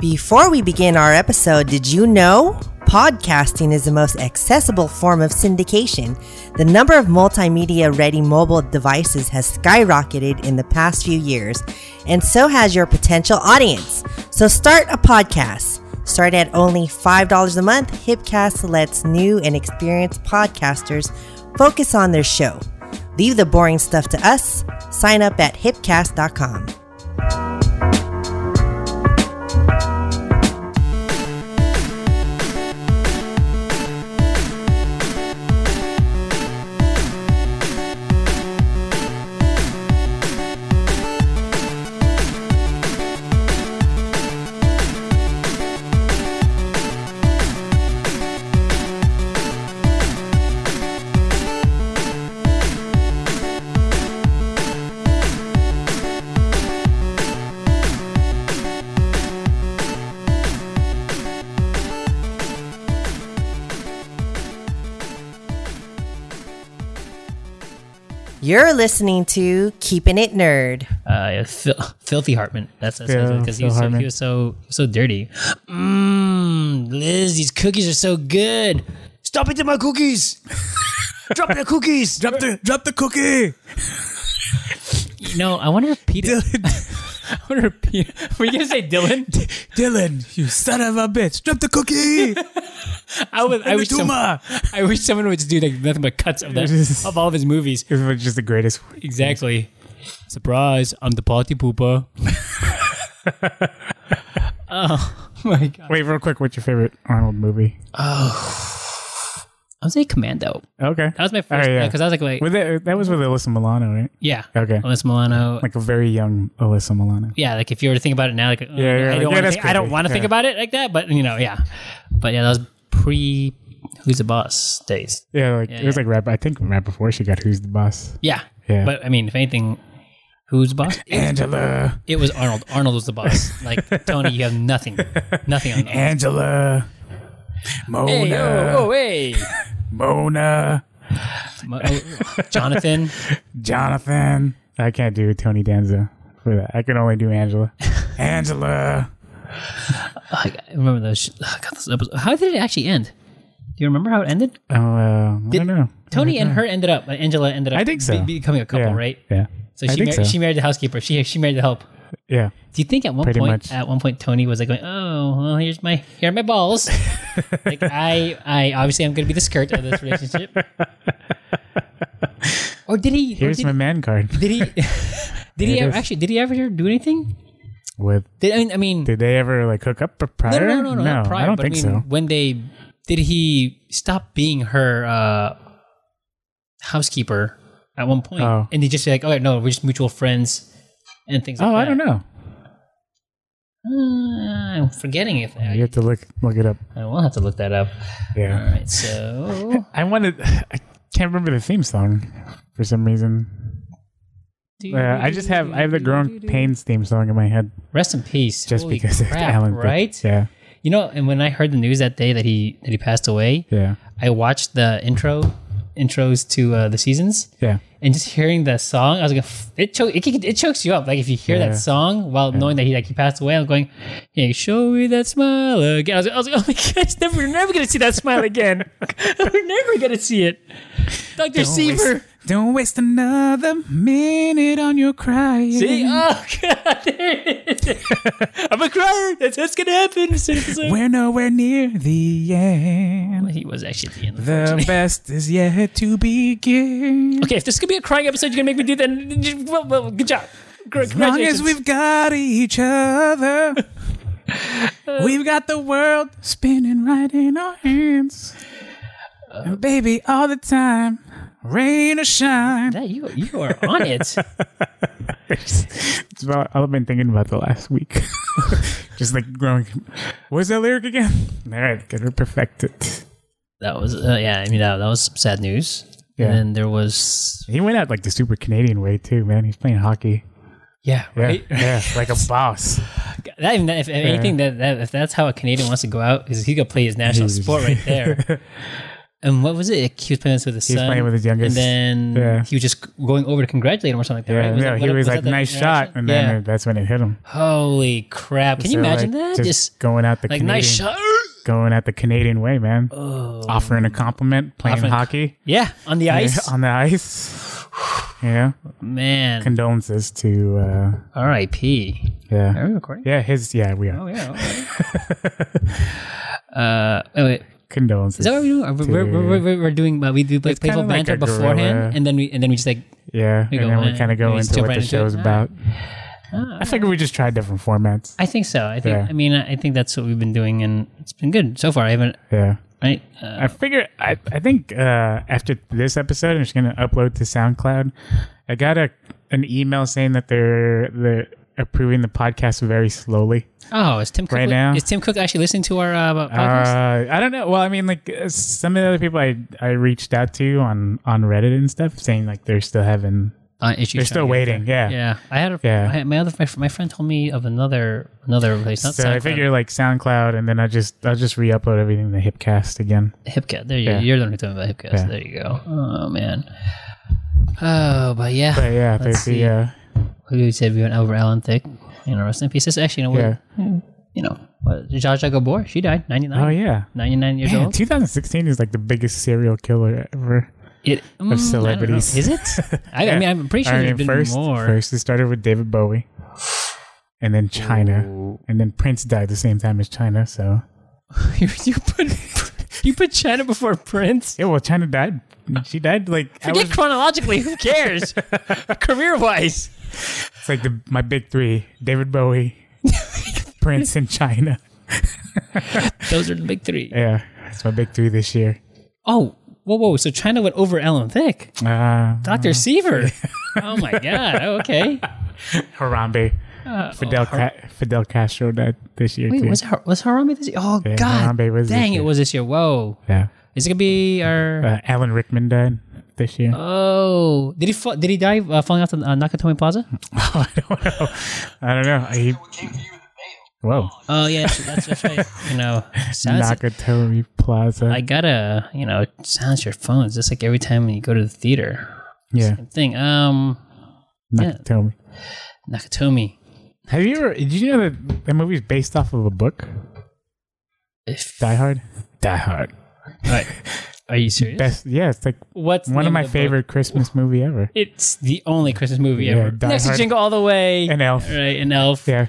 Before we begin our episode, did you know? Podcasting is the most accessible form of syndication. The number of multimedia ready mobile devices has skyrocketed in the past few years, and so has your potential audience. So start a podcast. Start at only $5 a month. Hipcast lets new and experienced podcasters focus on their show. Leave the boring stuff to us. Sign up at hipcast.com. You're listening to Keeping It Nerd. uh, yeah, Phil- Filthy Hartman. That's that's Yeah, because he, was Phil so, Hartman. he was so he was so dirty. Mmm, Liz, these cookies are so good. Stop eating my cookies. Drop the cookies. Drop the drop the cookie. You know, I wonder if Peter. I wonder if Peter. Were you gonna say Dylan? Dylan, you son of a bitch. Drop the cookie. I would. I wish. Some, Tuma. I wish someone would just do like nothing but cuts of that of all of his movies. It was just the greatest. Exactly. Surprise! I'm the party pooper. oh my god! Wait, real quick. What's your favorite Arnold movie? I'll say Commando. Okay, That was my All first right, yeah. because I was like, wait, With that, that was with Alyssa Milano, right? yeah, Okay. Alyssa Milano. Like a very young Alyssa Milano. yeah, like if you were to think about it now, like, uh, Yeah, yeah, I, like, don't yeah, wanna that's think, I don't creepy. want to think Yeah. about it like that, but you know, yeah, but yeah, that was pre Who's the Boss days. Yeah, like it was yeah. like right. I think right before she got Who's the Boss. Yeah, Yeah. But I mean, if anything, Who's the Boss? Angela, It was Arnold. Arnold was the boss. Like Tony, you have nothing, nothing on. Arnold. Angela, Mona, Hey, oh, oh, hey, Mona, Mo- oh, Jonathan. Oh, Jonathan. I can't do Tony Danza for that. I can only do Angela. Angela. Oh, I remember those. sh- oh, God, those episodes. How did it actually end? Do you remember how it ended? Oh, uh, I don't know. Tony and her ended up. Angela ended up. I think so. be- becoming a couple, yeah. right? Yeah. So I she think married, so. she married the housekeeper. She she married the help. Yeah. Do you think at one Pretty point much. at one point Tony was like going, "Oh, well, here's my here are my balls." like I I obviously I'm going to be the skirt of this relationship. or did he? or Here's did, my man card. did he? did he Here it ever, is. actually? Did he ever do anything? With Did I mean? I mean, did they ever like hook up no, prior? no, no, no, no, not prior. I don't but think I mean, so. when they did he stop being her uh housekeeper at one point, Oh. and they just be like, "Oh no, we're just mutual friends." And things like Oh, that. I don't know. Uh, I'm forgetting if You have to look look it up. I will have to look that up. All Yeah. right, so I wanted. I can't remember the theme song for some reason. Uh, I just have I have the Growing Pains theme song in my head rest in peace. just Holy because of crap, Alan. Thicke. right? Yeah. You know, and when I heard the news that day that he that he passed away, Yeah. I watched the intro intros to uh, the seasons, Yeah. and just hearing the song, I was like, "F- it cho- it, it chokes you up. Like if you hear Yeah. that song while knowing that he like he passed away, I'm going, hey, show me that smile again. I was, I was like, oh my gosh, never, we're never gonna see that smile again. we're never gonna see it, Doctor Seaver. don't waste another minute on your crying. See? Oh, God. There it is. I'm a crier. That's what's going to happen. as soon as it's over. We're nowhere near the end. He was actually at the end. The unfortunately. best is yet to begin. okay, if this could be a crying episode, you're going to make me do that. then you- Well, well, good job. Gr- As long as congratulations. we've got each other, we've got the world spinning right in our hands. Uh, and baby, all the time, rain or shine. Yeah, you, you are on it. It's about all I've been thinking about the last week. Just like growing. What's that lyric again? All right, gotta perfect it. that was, uh, yeah, I mean, that, that was some sad news. Yeah. And then there was, He went out like the super Canadian way too, man. He's playing hockey. yeah, Yeah, right? yeah, like a boss. That, even that- if, if anything, that, that if that's how a Canadian wants to go out, is he going to play his national Jesus. sport right there. And what was it? Like, He was playing this with his was son. playing with his youngest. And then Yeah. he was just going over to congratulate him or something like that. Yeah, right? Was no, that- he what- was that like, the nice shot, interaction? and then Yeah. it- that's when it hit him. Holy crap! Can you So, imagine like, that? Just, going at the like Canadian, nice shot. Oh. going at the Canadian way, man. Offering a compliment, playing Offering- hockey Yeah, on the ice, on the ice. yeah, man. condolences to uh, R.I.P. Are yeah, we recording? yeah, his yeah, we Oh are yeah. all right. uh, oh, wait. Is condolences. that what we do? Are we- We're, we're, we're, we're doing, but we do play playful kinda like banter a guerrilla. beforehand, and then we and then we just like, yeah, we and go, then we uh, kind of go we just into jump what right into the it. show's All about. I figured we just tried different formats. I think so. I think. Yeah. I mean, I think that's what we've been doing, and it's been good so far. I haven't. Yeah. Right. Uh, I figure I, I think uh, after this episode, I'm just gonna upload to SoundCloud. I got a an email saying that they're they're approving the podcast very slowly. oh, is Tim Cook Right now? Is Tim Cook actually listening to our uh, podcast? Uh, I don't know. Well, I mean, like uh, some of the other people I I reached out to on on Reddit and stuff, saying like they're still having Uh, issues they're trying still to get waiting. Yeah. Yeah, I had a Yeah. I had- my other my, my friend told me of another another place. Not So I SoundCloud, figure like SoundCloud, and then I just I'll just re-upload everything to Hipcast again. Hipcat. There you Yeah. you're the one who told me about Hipcat. Yeah. There you go. Oh man. Oh, but yeah. But yeah, Let's there's the see. uh, we said we went over Alan Thick. You know, rest in pieces. Actually, you know, yeah. yeah. you know, what, Jaja Gabor. She died 99. Oh yeah. 99 years Man, old. 2016 is like the biggest serial killer ever. It, mm, I don't know. celebrities. Is it? I, I mean, I'm pretty sure I there's mean, been first, more. First, it started with David Bowie, and then China, and then Prince died the same time as China. So, you, you put you put China before Prince. yeah, well, China died. She died like I Forget was- chronologically. Who cares? Career wise. it's like the, my big three: David Bowie, Prince, and China. Those are the big three. Yeah, it's my big three this year. Oh, whoa, whoa. So China went over Alan Thick. Uh, Dr. Seaver. oh my God. Okay. Harambe, Fidel Ca- Fidel Castro died this year Uh, Wait, too. was, Har- was Harambe this year? Oh, Yeah, God. Harambe was this Dang, year. it was this year. Whoa. yeah, Is it going to be our. uh, Alan Rickman died this year. Oh, did he fall, did he die uh, falling off the uh, Nakatomi Plaza? I don't know. I don't know. He, whoa, Oh yeah, that's, that's right. You know, silence, Nakatomi Plaza. I gotta you know silence your phones. Just like every time you go to the theater, yeah, thing. Um, Nakatomi. Nakatomi. Have you ever? Did you know that that movie is based off of a book? If, Die Hard. Die Hard. Alright. Are you serious? Best. Yeah, it's like What's the one of name my the book? favorite Christmas movie ever. It's the only Christmas movie Yeah, ever. Die Next to Hard. Jingle All the Way. An elf. Right, an elf. Yeah.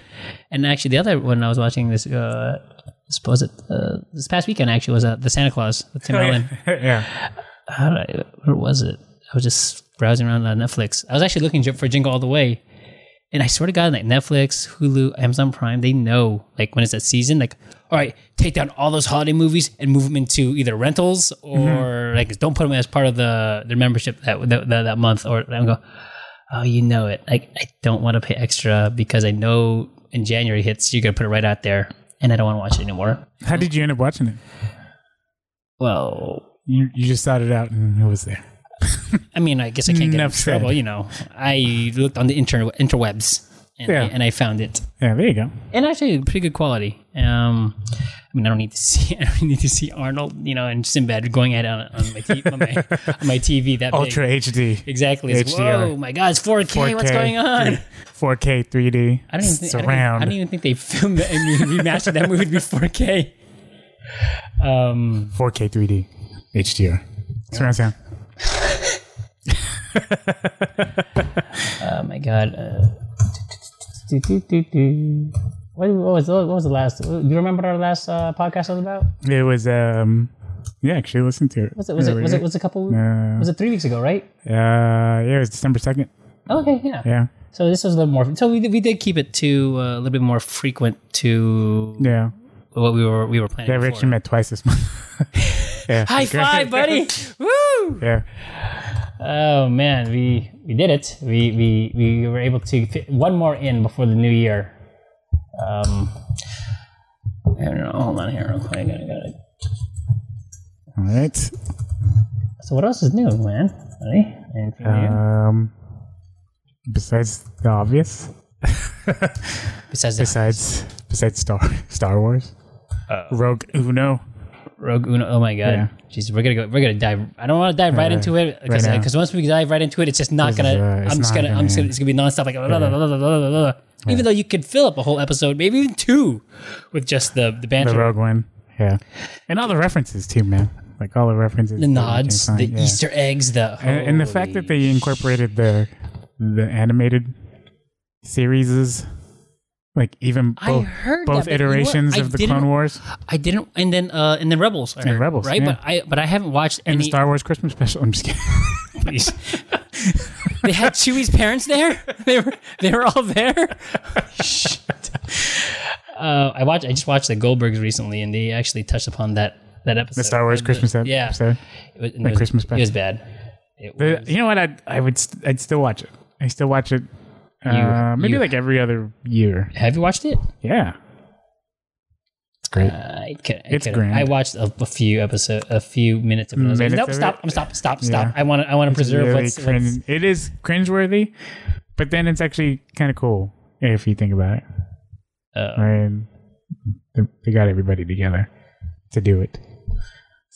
And actually, the other one I was watching this, uh, I suppose it, uh, this past weekend actually was uh, The Santa Claus with Oh, Tim Allen. yeah. how did I, where was it? I was just browsing around on Netflix. I was actually looking for Jingle All the Way, and I swear to God, like Netflix, Hulu, Amazon Prime, they know like when it's that season. Like, all right, take down all those holiday movies and move them into either rentals or like don't put them as part of the their membership that that, that, that month. Or I'm going, oh, you know it. Like, I don't want to pay extra because I know in January hits you're gonna put it right out there, and I don't want to watch it anymore. How did you end up watching it? Well, You you just sought it out and it was there. I mean, I guess I can't get Enough in trouble, said. you know. I looked on the inter- interwebs and, Yeah. I, and I found it. Yeah, there you go. And actually, pretty good quality. Um, I mean, I don't need to see I don't need to see Arnold, you know, and Sinbad going at it on, on, my, t- on, my, on my TV that Ultra big. HD, Exactly. It's, HDR. Whoa, my God, it's 4K. 4K. What's going on? I don't even 4K, 3D, think, I don't, even- surround. I don't even think they filmed that and remastered that movie to be 4K. Um, 4K, 3D, HDR, surround sound. oh my God. Uh, what, what, was, what was the last? Do you remember our last uh, podcast was about? It was um, yeah. Actually, listen to it. Was it was it was it was a couple Uh, was it three weeks ago, right? Oh, Uh, yeah, it was December second. Okay, yeah. Yeah, So this was a little more. So we did- we did keep it to uh, a little bit more frequent to yeah. what we were we were planning. Yeah, we before. actually met twice this month. yeah, High five, buddy! Woo! Yeah, Oh man, we we did it. We we we were able to fit one more in before the new year. Um, I don't know. Hold on here, real quick. I gotta, gotta. all right. So what else is new, man? Buddy? Anything new? Um, besides the obvious, Besides, that- besides besides Star Star Wars, Rogue Uno, Rogue Uno. Oh my god, Yeah. jeez, we're gonna go. We're gonna dive. I don't want to dive right, Right, into it because right now. once we dive right into it, it's just not This is, gonna. uh, it's I'm just not gonna, I'm just gonna gonna. It's gonna be nonstop. Like blah, blah, blah, blah, blah, blah, blah. even though you could fill up a whole episode, maybe even two, with just the the banter, The the, Rogue One. Yeah. And all the references too, man. Like all the references. that you can nods, the find, yeah. Easter eggs, the And, and the fact that they incorporated the the animated series, like even I both, heard that, both but you know what? iterations I of the didn't- Clone Wars I didn't, and then uh, and then Rebels, I heard, Rebels, right? yeah. But I but I haven't watched and the any. Star Wars Christmas special. I'm just kidding. Please. they had Chewie's parents there. They were they were all there. Shit. Uh, I watched. I just watched the Goldbergs recently, and they actually touched upon that that episode. The Star Wars Christmas ep- uh, yeah. episode. It was, and That it was- Christmas It was bad. It The, was- you know what? I'd, I would st- I'd still watch it. I still watch it. Uh, You- maybe you- like every other year. have you watched it? Yeah. It's great. I could, I It's could- grand. I watched a, a few episode, a few minutes of it. I was like, Minutes nope, of stop. it? I'm stop. Stop. Stop. Yeah. I want to. I want to preserve really what's, crin- what's. it is cringeworthy, but then it's actually kind of cool if you think about it. Uh, Right? They, they got everybody together to do it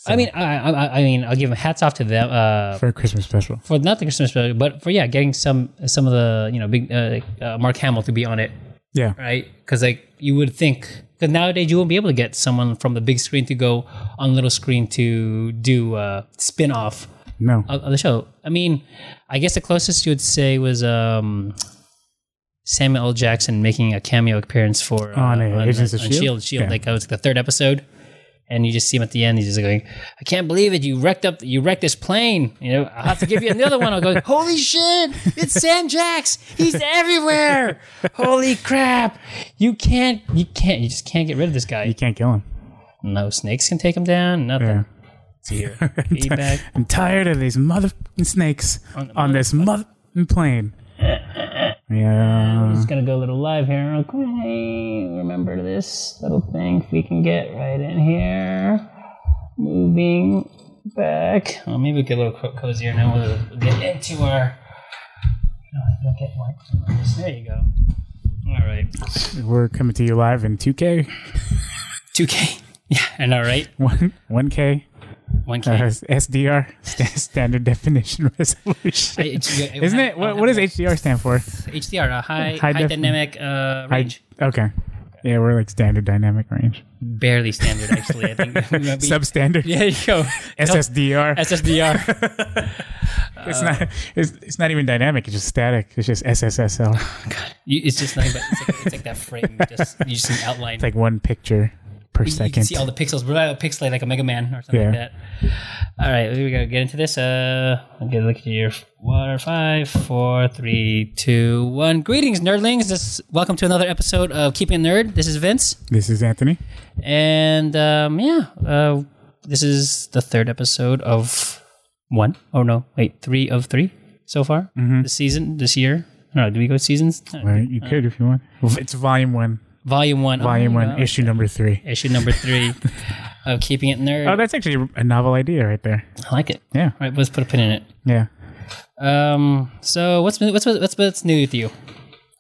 I mean, I, I, I mean, I'll give hats off to them. Uh, for a Christmas special. for not the Christmas special, but for yeah, getting some some of the you know big uh, uh, Mark Hamill to be on it, Yeah, right? Because like you would think, because nowadays you won't be able to get someone from the big screen to go on little screen to do a spin off no, of, of the show. I mean, I guess the closest you would say was um, Samuel L. Jackson making a cameo appearance for uh, On, uh, Agents of S.H.I.E.L.D.? Shield. Shield, Yeah. E like it was the third episode, and you just see him at the end. He's just going, "I can't believe it! You wrecked up, you wrecked this plane. You know, I'll have to give you another one." I'll go, "Holy shit! It's Sam Jax. He's everywhere. Holy crap! You can't, you can't, you just can't get rid of this guy. you can't kill him. No snakes can take him down. Nothing." Yeah. See here. Feedback. I'm tired of these mother snakes on, this mother plane. yeah, Just gonna go a little live here. Okay, remember this little thing if we can get right in here. Moving back. Oh, maybe we get a little co- cozier now. We'll get into our. No, I don't get white. There you go. All right. we're coming to you live in 2K, 2K. Yeah, I know, right? 1, 1K, uh, 1K. SDR, sta- standard definition resolution. I- it's- yeah, Isn't have- it? What, I'll what have does HDR stand for? it. HDR? A high, high, High def- dynamic uh, range. I, okay. Yeah, we're like standard dynamic range. Barely standard, actually. I think. We might be- Substandard. yeah, you go. SSDR. SSDR. it's uh, not. It's, it's not even dynamic. It's just static. It's just SSSL. It's You, it's just nothing but it's like, it's like that frame. Just you just an outline. like one picture per you can second. see all the pixels. We're not pixelated like a Mega Man or something like Yeah. that. All right, here we go. Get into this. Uh, I'll get a look at your water. Five, four, three, two, one. Greetings, nerdlings. This welcome to another episode of Keeping Nerd. This is Vince, this is Anthony. and um, yeah, uh, this is the third episode of one. Oh no, wait, three of three so far Mm-hmm. this season, this year. I don't know. Do we go seasons? I don't know. All right, you could if you want. It's volume one. Volume one. Oh, Volume you one, know, issue number three. issue number three of keeping it nerd. Oh, that's actually a novel idea right there. I like it. Yeah. All right, let's put a pin in it. Yeah. Um, so what's been- what's what's what's new with you?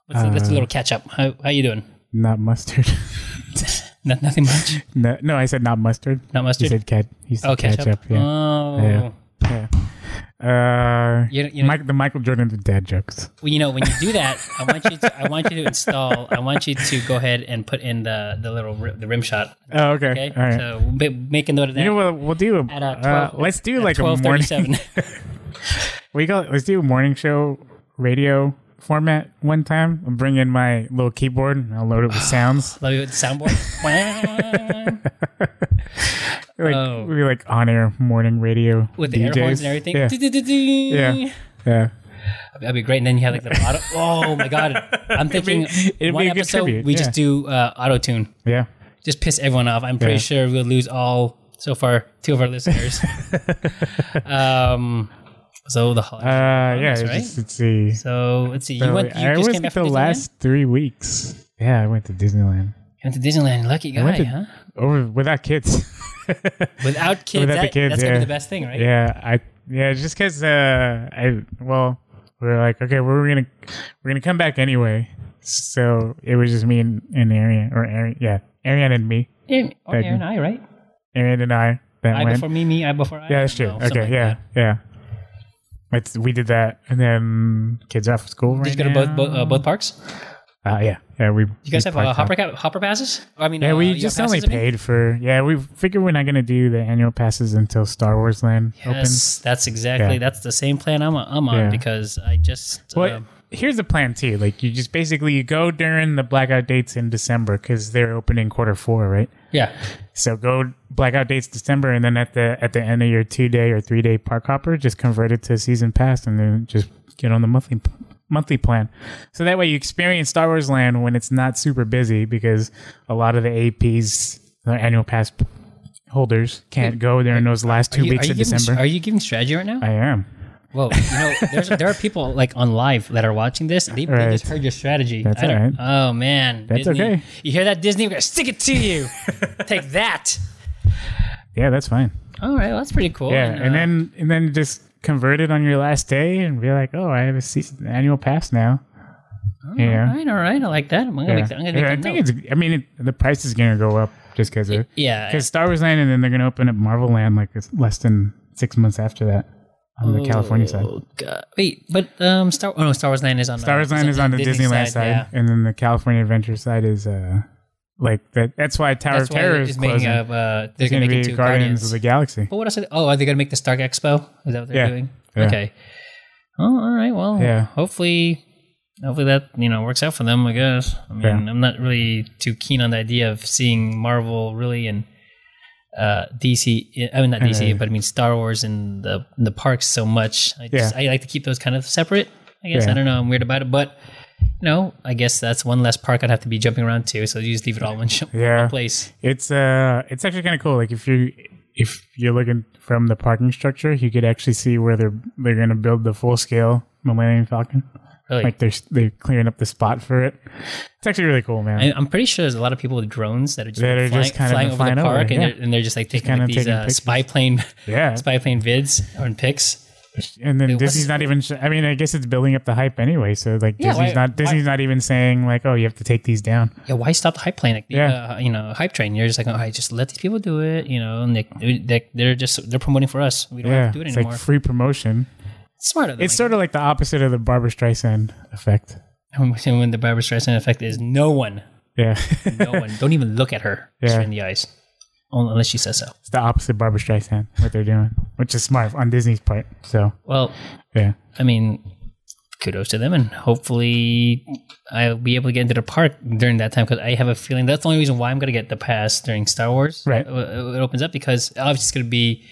What's, that's a Uh, little catch up. How how you doing? Not mustard. No, nothing much. no, no, I said not mustard. Not He mustard. said cat. He said oh, catch ketchup. up. Yeah. Oh, Yeah. yeah. Uh, You- you know- Mike- the Michael Jordan of dad jokes. well, you know when you do that, I want you to I want you to install. I want you to go ahead and put in the the little ri- the rim shot. Oh, okay. Okay, All right. so ma- make a note of that. You know what we'll do? At, uh, uh, 12 let's do at like a morning. 12:37. We call it, let's do a morning show radio format one time. I'll bring in my little keyboard and I'll load it with sounds. Love you with the soundboard. Like Oh. we'll be like on air morning radio with the air horns and everything. Yeah, Do-do-do-do. yeah, yeah. That'd be great. And then you have like the auto. Oh my god! I'm thinking it'd be one a good episode tribute, we yeah. just do uh, auto tune. yeah. Just piss everyone off. I'm pretty Yeah. sure we'll lose all so far two of our listeners. um, so the holiday. Uh, yeah. Oh, that's it's right. just- let's see. so let's see. You So went. You I just was came at back the from Disneyland. last three weeks. Yeah, I went to Disneyland You went to Disneyland. Lucky guy, went to- huh? over without kids. Without kids, Without the that- kids, that's gonna yeah. be the best thing, right? Yeah, I yeah, just because uh, I well, we were like, okay, we're gonna we're gonna come back anyway. So it was just me and, and Arian or Arian, yeah, Arian and me. Aaron, or Thank Aaron, I right? Aaron and I that I went. before me, me, I before I. yeah, that's true. No, something okay, like yeah, that. yeah. It's, we did that, and then kids off school. Right Did you go to both now. both, uh, both parks? Uh, yeah, yeah. We You guys have uh, parked hopper up. ca- hopper passes? I mean, Yeah, uh, we you have just only passes, I mean? paid for. Yeah, we figure we're not gonna do the annual passes until Star Wars Land opens. Yes, that's exactly. Yeah. That's the same plan I'm, I'm on Yeah. because I just. Well, um, here's the plan too. Like you just basically you go during the blackout dates in December because they're opening quarter four, right? yeah. So go blackout dates December, and then at the at the end of your two day or three day park hopper, just convert it to a season pass, and then just get on the monthly monthly plan. So that way you experience Star Wars Land when it's not super busy because a lot of the APs, the annual pass holders, can't go during those last two Are you- weeks are you of giving- December. Are you giving strategy right now? I am. Whoa, you know, there's, there are people like on live that are watching this. They, they just Right. heard your strategy. That's I don't- all right. Oh man, That's Disney. okay. You hear that, Disney? We're gonna stick it to you. Take that. Yeah, that's fine. All right, well, that's pretty cool. Yeah, and uh, then and then just convert it on your last day and be like, oh, I have a season, annual pass now. Oh, yeah. all right, all right, I like that. I'm gonna Yeah. make that. I'm gonna make Yeah, I that think note. it's. I mean, it, the price is gonna go up just because of yeah. because Star Wars Land, and then they're gonna open up Marvel Land like it's less than six months after that on the California side. Oh god, wait, but um, Star. Oh no, Star Wars Land is on. Star Wars Land is on the Disneyland side, Yeah. and then the California Adventure side is uh like that. That's why Tower That's of why Terror it's is making closing. up. Uh, they're it's gonna gonna make be it to Guardians of Guardians. the Galaxy. But what else? Are they, oh, are they gonna make the Stark Expo? Is that what they're Yeah. doing? Yeah. Okay. Oh, all right. Well, Yeah. Hopefully, hopefully that you know works out for them. I guess. I mean, Yeah. I'm not really too keen on the idea of seeing Marvel really and uh, DC. I mean, not DC, Yeah. but I mean Star Wars and the the parks so much. I just I like to keep those kind of separate. I guess Yeah. I don't know. I'm weird about it, but. you know, I guess that's one less park I'd have to be jumping around to. So you just leave it all in one sh- Yeah. place. It's uh, it's actually kind of cool. Like if you if you're looking from the parking structure, you could actually see where they're they're gonna build the full scale Millennium Falcon. Really, Like they're they're clearing up the spot for it. It's actually really cool, man. I, I'm pretty sure there's a lot of people with drones that are just, That are flying, just kind of flying over flying the over, park and, yeah. they're, and they're just like taking kinda like, these taking uh, pictures. spy plane yeah, spy plane vids or in pics. and then Wait, what's- Disney's not even. Sh- I mean, I guess it's building up the hype anyway. So like Yeah, Disney's why- not Disney's not even saying like, oh, you have to take these down. Yeah, why stop the hype plane? Like, Yeah. uh, you know, hype train. You're just like, all right, just let these people do it. You know, and they, they, they're just they're promoting for us. We don't yeah, have to do it it's anymore. like free promotion. it's smarter. Than It's sort of like the opposite of the Barbara Streisand effect. when, when the Barbara Streisand effect is no one, Yeah, no one, don't even look at her Yeah. straight in the eyes, Un- unless she says so. it's the opposite of Barbara Streisand. What they're doing, which is smart on Disney's part. So Well, yeah, I mean, kudos to them, and hopefully I'll be able to get into the park during that time because I have a feeling that's the only reason why I'm going to get the pass during Star Wars. Right. It, it opens up because obviously it's going to be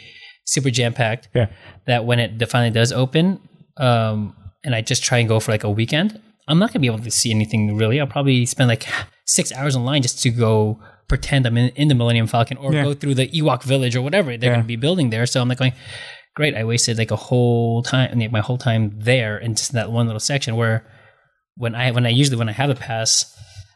super jam packed. yeah, That when it finally does open, um, and I just try and go for like a weekend, I'm not going to be able to see anything really. I'll probably spend like six hours online just to go pretend I'm in, in the Millennium Falcon or Yeah. go through the Ewok village or whatever they're Yeah. going to be building there. So I'm like going, great. I wasted like a whole time, like my whole time there in just that one little section where when I, when I usually, when I have a pass,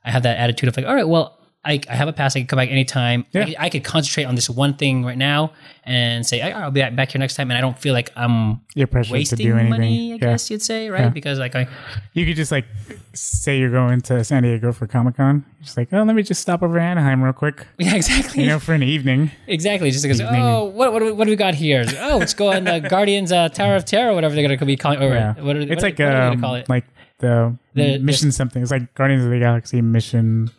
I have that attitude of like, all right, well, I, I have a pass. I can come back anytime. Yeah. I, I could concentrate on this one thing right now and say, I- I'll be back here next time. And I don't feel like I'm you're pressured to wasting do anything. money, I yeah. guess you'd say, right? Yeah. Because like I, You could just like say you're going to San Diego for Comic Con. Just like, oh, let me just stop over Anaheim real quick. yeah, exactly, You know, for an evening. exactly. Just because, Evening. oh, what what do, we, what do we got here? Oh, it's going uh, Guardians uh, Tower of Terror, whatever they're gonna be calling. Or Yeah. what are, it's what, like what are they um, gonna call it? like the, The- mission something. It's like Guardians of the Galaxy mission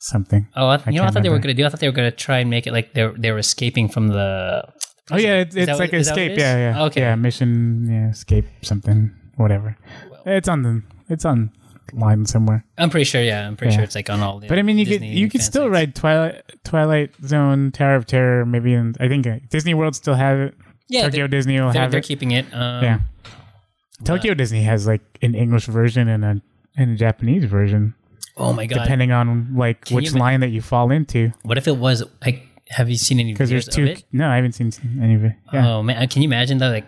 something. oh, I th- you know, what I can't thought they were remember. gonna do. I thought they were gonna try and make it like they're they were escaping from the. Oh yeah, it, that it's what- like is that what it escape. is? yeah, yeah. Okay. Yeah, mission yeah, escape something whatever. it's on the it's on line somewhere. I'm pretty sure. Yeah, I'm pretty Yeah. sure it's like on all. The But I mean, you Disney could you could fan still sites. ride Twilight Twilight Zone Tower of Terror maybe in I think uh, Disney World still have it. Yeah, Tokyo they're, Disney will they're, have they're it. keeping it. Um, yeah. Tokyo Disney has like an English version and a and a Japanese version, Oh my god. depending on like Can which you ma- line that you fall into. What if it was like? Have you seen any Because videos there's of two. it? No, I haven't seen any of it. Yeah, Oh man, can you imagine though? Like,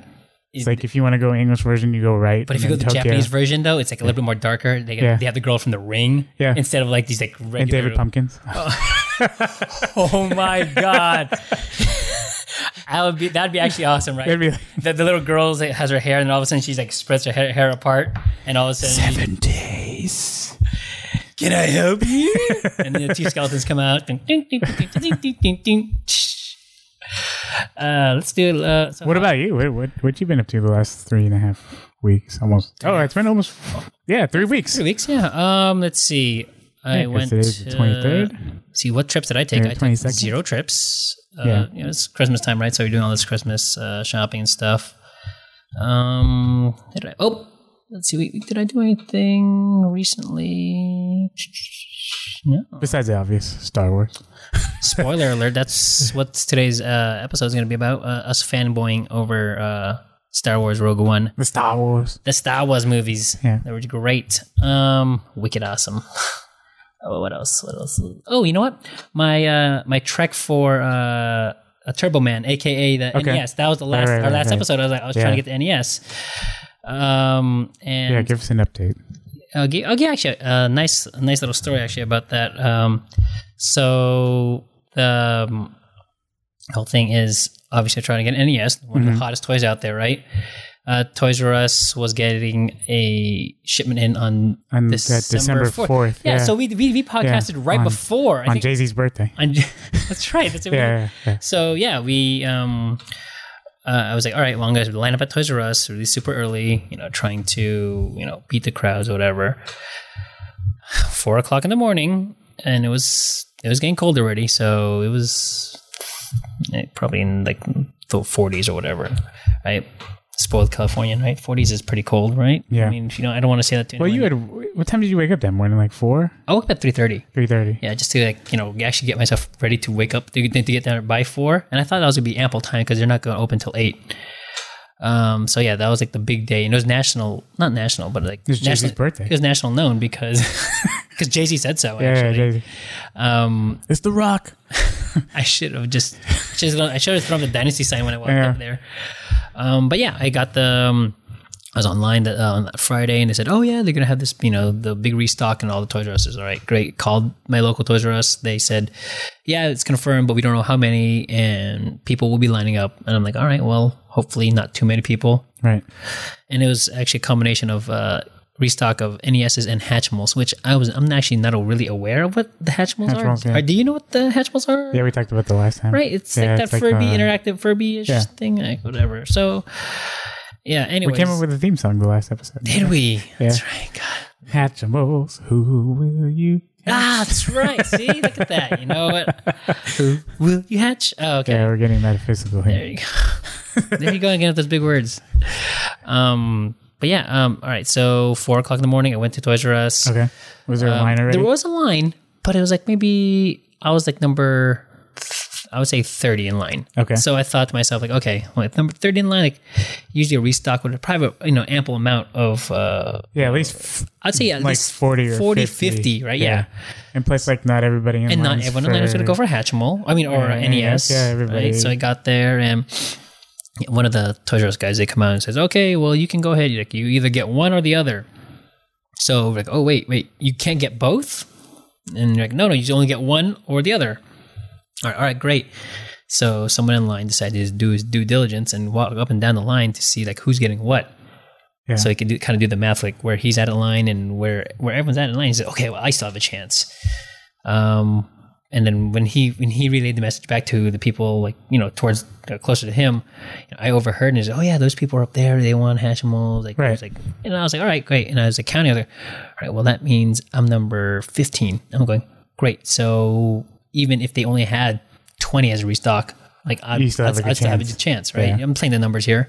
it's like if you want to go English version, you go right. But if you go and to the then Tokyo. Japanese version, though, it's like a little bit more darker. They, Yeah. they have the girl from The Ring Yeah. instead of like these like regular. and David Pumpkins, Oh my god, I would be. That'd be actually awesome, right? It'd be like- the, the little girl like, has her hair, and all of a sudden she's like spreads her hair, hair apart, and all of a sudden, seven days. can I help you? and then the two skeletons come out. And ding, ding, ding, ding, ding, ding, ding, ding. Uh, let's do. Uh, so- What about you? What, what what you been up to the last three and a half weeks? Almost. Oh, it's been almost. Yeah, three weeks. Three weeks, yeah. Um, let's see. I Yeah, 'cause went today's the to- 23rd. See what trips did I take? Or I took 22nd? zero trips. Uh, Yeah. you know, it's Christmas time, right? So you're doing all this Christmas uh, shopping and stuff. Um, did I? Oh, let's see. We, did I do anything recently? No. Besides the obvious, Star Wars. Spoiler alert! That's what today's uh, episode is going to be about: uh, us fanboying over uh, Star Wars Rogue One, The Star Wars. the Star Wars movies. Yeah. They were great. Um, wicked awesome. oh, what else? What else? Oh, you know what? My uh, my trek for uh, a Turbo Man, aka the Okay. NES. That was the last right, our right, last right. episode. I was like, I was Yeah. trying to get the NES. Um, and Yeah, give us an update. I'll give, I'll give Uh, actually a nice a nice little story actually about that. Um, so the um, whole thing is obviously trying to get an NES, one Mm-hmm. of the hottest toys out there, right? Uh, Toys R Us was getting a shipment in on, On that December 4th, Yeah, yeah. so we we, we podcasted Yeah, right on- before. I On think- Jay Z's birthday. on- that's right. That's what we- Yeah, yeah, so yeah, we um, uh, I was like, all right, well, I'm going to line up at Toys R Us really super early, you know, trying to you know beat the crowds or whatever. Four o'clock in the morning, and it was it was getting cold already, so it was eh, probably in like the 40s or whatever, right? Spoiled Californian, right? 40s is pretty cold, right? Yeah. I mean, you know, I don't want to say that to Well, you anyone. had. What time did you wake up that morning? Like four, I woke up at 3:30. three thirty. Yeah, just to like you know actually get myself ready to wake up to, to get there by four, and I thought that was gonna be ample time because they're not gonna open till eight. Um, so yeah, that was like the big day, and it was national, not national, but like was Jay-Z's national- birthday. It was national known because because Jay Z said so. Yeah, Actually, Jay-Z. um, it's The Rock. I should have just, just I should have thrown the dynasty sign when I walked Yeah. up there. Um, but yeah, I got the. Um, I was online that, uh, on that Friday, and they said, "Oh yeah, they're gonna have this, you know, the big restock and all the Toys R Us." All right, great. Called my local Toys R Us. They said, "Yeah, it's confirmed, but we don't know how many, and people will be lining up." And I'm like, "All right, well, hopefully not too many people." Right. and it was actually a combination of uh, restock of NESs and Hatchimals, which I was I'm actually not really aware of what the Hatchimals, Hatchimals, are. yeah. Or do you know what the Hatchimals are? Yeah, we talked about the last time. Right, it's Yeah, like that it's Furby uh, interactive Furby-ish yeah. thing, like whatever. So, yeah. Anyways, We came up with a theme song the last episode. did we? That's right. God. Hatchimals, who will you? Ah, that's right. See, look at that. You know what? Who will you hatch? Oh, okay. Yeah, we're getting metaphysical There here. you go. there you go again with those big words. Um, but yeah, um, all right. So four o'clock in the morning, I went to Toys R Us. Okay. Was there a line already? Um, There was a line, but it was like maybe I was like number, I would say 30 in line. Okay. So I thought to myself, like, okay, well, if number 30 in line, like usually a restock with a private, you know, ample amount of, uh, yeah, at least f- I'd say at like least 40 or 40, 50. 50, right? Yeah. And plus, like, not everybody in And line not is everyone in line was going to go for Hatchimal. I mean, or Yeah, NES. yeah, everybody- Right? So I got there and one of the Toys R Us guys, they come out and says, okay, well, you can go ahead. Like, you either get one or the other. So we're like, oh, wait, wait, you can't get both? And you're like, no, no, you only get one or the other. All right, all right, great. So someone in line decided to do his due diligence and walk up and down the line to see like who's getting what. Yeah. So he could do, kind of do the math, like where he's at in line and where where everyone's at in line. He said, "Okay, well, I still have a chance." Um, and then when he when he relayed the message back to the people, like you know, towards uh, closer to him, you know, I overheard and he said, "Oh yeah, those people are up there. They want Hatchimals." Like, I was Right. like, and I was like, "All right, great." And I was like, counting, I was like, "All right, well, that means I'm number 15." I'm going, "Great." So even if they only had 20 as a restock, like I, You still have I'd- a good I'd still have a chance. chance, right? I'm playing the numbers here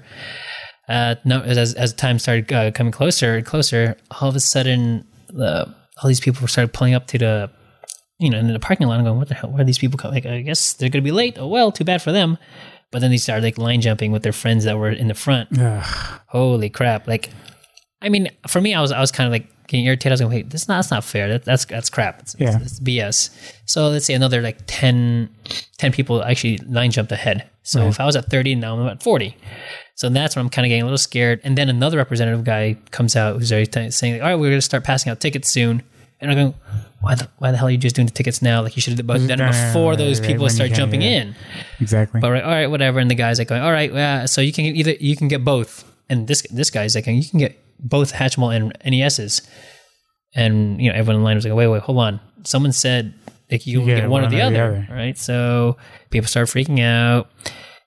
uh, no, as as time started uh, coming closer and closer, all of a sudden, uh, all these people started pulling up to the, you know, in the parking lot. I'm going, what the hell? Where are these people coming? Like, I guess they're gonna be late. Oh well, too bad for them. But then they started like line jumping with their friends that were in the front. Ugh. Holy crap! Like, I mean, for me, I was I was kind of like getting irritated. I was going, wait, this not, that's not fair. That, that's that's crap. It's, Yeah. it's, it's BS. So let's say another like 10, 10 people actually line jumped ahead. So if I was at thirty, now I'm at forty. So that's when I'm kind of getting a little scared. And then another representative guy comes out who's already t- saying, like, all right, we're going to start passing out tickets soon. And I'm going, why the, why the hell are you just doing the tickets now? Like you should have done it No, no, no, before no, no, those right, people when you start can, jumping yeah. in. Exactly. But right, all right, whatever. And the guy's like, going, all right, yeah. So you can get either you can get both. And this this guy's like, you can get both Hatchimal and E NESs. And you know, everyone in line was like, wait, wait, hold on. Someone said like you, only get get one, or the other, right? So people start freaking out.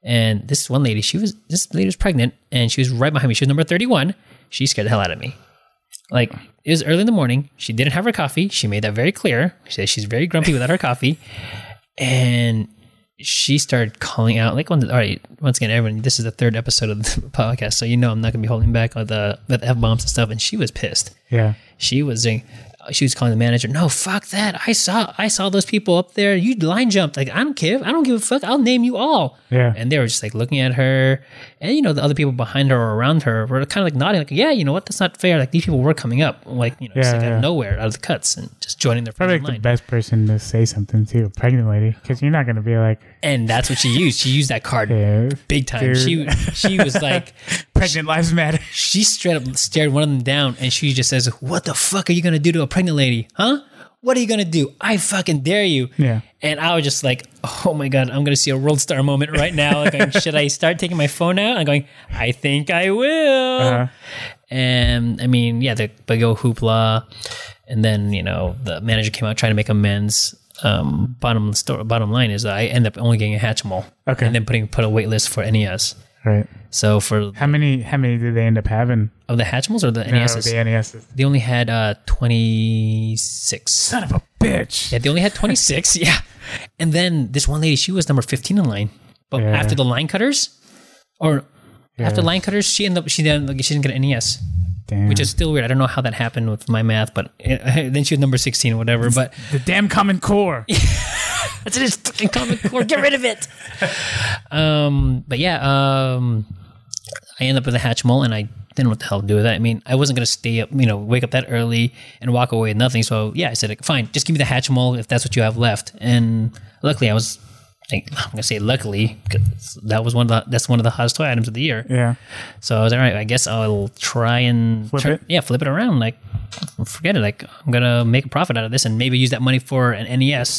And this one lady, she was this lady was pregnant, and she was right behind me. She was number thirty-one. She scared the hell out of me. Like it was early in the morning. She didn't have her coffee. She made that very clear. She said she's very grumpy without her coffee, and she started calling out like one. All right, once again, everyone, this is the third episode of the podcast, so you know I'm not gonna be holding back on the with f bombs and stuff. And she was pissed Yeah. she was doing she was calling the manager no fuck that i saw i saw those people up there you line jumped like i don't care i don't give a fuck i'll name you all Yeah. and they were just like looking at her and you know the other people behind her or around her were kind of like nodding like yeah you know what that's not fair like these people were coming up like you know just Yeah, like out yeah. of nowhere out of the cuts and just joining their Probably friends like the line best person to say something to a pregnant lady because you're not going to be like, and that's what she used she used that card yeah, big time she she was like pregnant lives matter. she straight up stared one of them down and she just says, What the fuck are you gonna do to a pregnant lady? Huh? What are you gonna do? I fucking dare you. Yeah. And I was just like, Oh my God, I'm gonna see a world star moment right now. Like, going, Should I start taking my phone out? I'm going, I think I will. Uh-huh. And I mean, yeah, the big old hoopla. And then, you know, the manager came out trying to make amends. Um, bottom story, bottom line is I end up only getting a Hatchimal. Okay. And then putting put a wait list for NES. Right. So for How many? How many did they end up having? of the Hatchimals or the E No, NESs? the E NESs. they only had uh 26 Son of a bitch. yeah they only had 26 yeah and then this one lady she was number 15 in line but Yeah. after the line cutters or after Yeah. line cutters she ended up she didn't she didn't get an nes Damn. which is still weird i don't know how that happened with my math but then she was number 16 or whatever but the damn Common Core. that's in his fucking comic core. Get rid of it. Um, but yeah, um, I end up with a Hatchimal, and I didn't know what the hell to do with that. I mean, I wasn't gonna stay up, you know, wake up that early and walk away with nothing. So yeah, I said, like, fine, just give me the Hatchimal if that's what you have left. And luckily, I was. Like, I'm gonna say luckily 'cause that was one of the that's one of the hottest toy items of the year. yeah. So I was like, all right, I guess I'll try and Flip try- it? Yeah, flip it around. Like, forget it. Like, I'm gonna make a profit out of this and maybe use that money for an NES.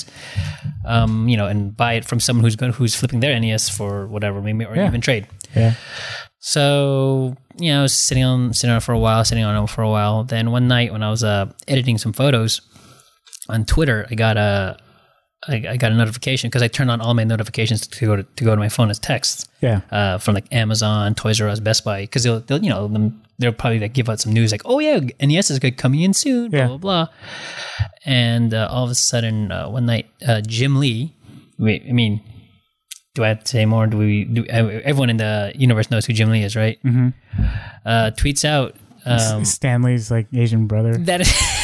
Um, you know, and buy it from someone who's going who's flipping their NES for whatever, maybe or Yeah. even trade. Yeah. So you know, I was sitting on sitting on it for a while, sitting on it for a while. Then one night when I was uh, editing some photos on Twitter, I got a I, I got a notification because I turned on all my notifications to go to, to go to my phone as texts Yeah. uh, from like Amazon, Toys R Us, Best Buy, because they'll, they'll you know them, they'll probably like give out some news like, oh yeah, NES is good coming in soon, Yeah. blah blah blah. And uh, all of a sudden, uh, one night, uh, Jim Lee. Wait, I mean, do I have to say more? Do we? Do uh, everyone in the universe knows who Jim Lee is, right? Mm-hmm. Uh, tweets out um, Stanley's like Asian brother. that.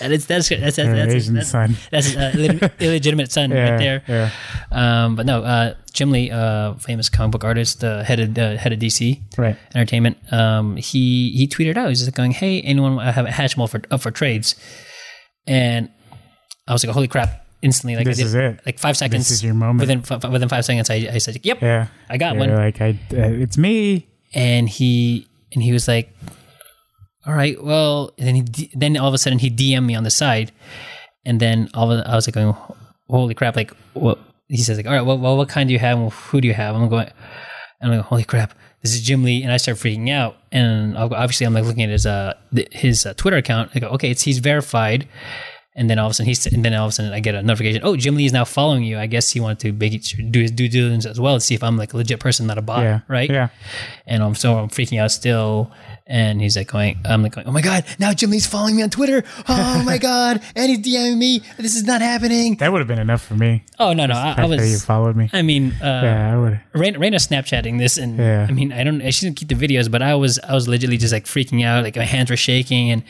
That is that's that's that's Or that's, Asian that's, son. that's his, uh, illeg- illegitimate son Yeah, right there. yeah. Um, but no, uh, Jim Lee, uh, famous comic book artist, uh, head of uh, head of DC Right. Entertainment. Um, he he tweeted out, he's just going, "Hey, anyone have a Hatchimal for up for trades?" And I was like, "Holy crap!" Instantly, like This I did, is it. Like five seconds. is your moment. Within f- within five seconds, I, I said, "Yep, Yeah. I got You're one." Like I, uh, it's me. and he and he was like, "All right, well." And then he d- then all of a sudden he DM'd me on the side, and then all of a, I was like, going, "Holy crap!" Like, what he says, like, "All right, well, well, what kind do you have? and Who do you have?" I'm going, and I'm like, "Holy crap!" This is Jim Lee, and I start freaking out. And ob- obviously, I'm like looking at his uh th- his uh, Twitter account. I go, "Okay, it's he's verified." And then all of a sudden he's, and then all of a sudden I get a notification. Oh, Jim Lee is now following you. I guess he wanted to make it, do his due diligence as well to see if I'm like a legit person, not a bot, Yeah. Uh, right? Yeah. and I'm so I'm freaking out still. And he's like going, I'm like going, oh my god, now Jim Lee's following me on Twitter. Oh my god, and he's DMing me. This is not happening. That would have been enough for me. Oh no, no, I, I Fact that you was. followed me. I mean, uh, yeah, I would. Raina, Raina's Snapchatting this, and Yeah. I mean, I don't. She didn't keep the videos, but I was, I was literally just like freaking out. Like my hands were shaking, and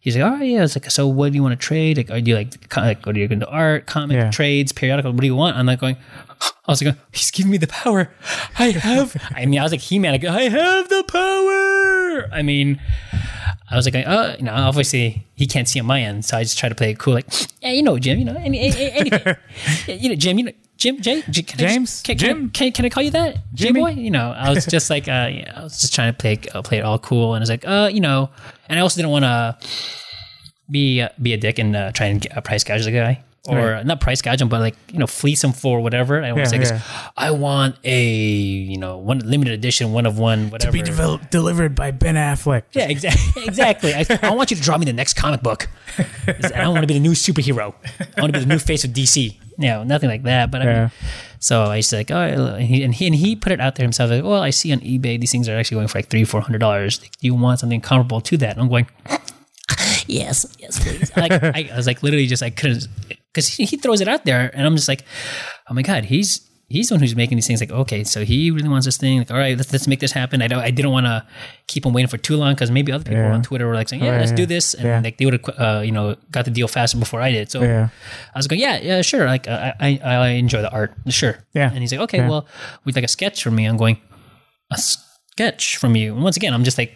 he's like, "All right, yeah." It's like, "So what do you want to trade? Like, are you like, co- like, what are you going to art, comic Yeah. trades, periodical? What do you want?" I'm like going. I was like, going, he's giving me the power. I have. I mean, I was like, he man, like, I have the power. I mean, I was like, oh, you know, obviously he can't see on my end, so I just try to play it cool, like, yeah, you know, Jim, you know, any, any, anything, Yeah, you know, Jim, you know, Jim, Jay, J- can I just- James? can, can I- Jim? can, I- can I call you that, J Jimmy? boy? You know, I was just like, uh, yeah, I was just trying to play uh, play it all cool, and I was like, uh, you know, and I also didn't want to be uh, be a dick and uh, try and get, uh, price gouge the guy. Or Right. uh, not price gouge him, but like you know, fleece him for whatever. I want Yeah, to say, yeah. I want a you know one limited edition, one of one, whatever. Be developed, delivered by Ben Affleck. Yeah, exactly. exactly. I, I want you to draw me the next comic book. I want to be the new superhero. I want to be the new face of DC. you know, nothing like that. But I Yeah. mean, so I used to like, oh, and he, and he and he put it out there himself. Like, well, I see on eBay these things are actually going for like three, four hundred dollars. Like, do you want something comparable to that? And I'm going, yes, yes, please. like, I, I was like, literally, just I couldn't because he, he throws it out there, and I'm just like, oh my god, he's. He's the one who's making these things like, okay, so he really wants this thing. Like, all right, let's, let's make this happen. I don't, I didn't want to keep him waiting for too long because maybe other people Yeah. on Twitter were like saying, yeah, Right, let's do yeah. this. And Yeah. like they would have, uh, you know, got the deal faster before I did. So Yeah. I was going, yeah, yeah, sure. Like I, I, I enjoy the art, sure. Yeah. And he's like, okay, Yeah. well, we'd like a sketch from me. I'm going, a sketch from you. And once again, I'm just like,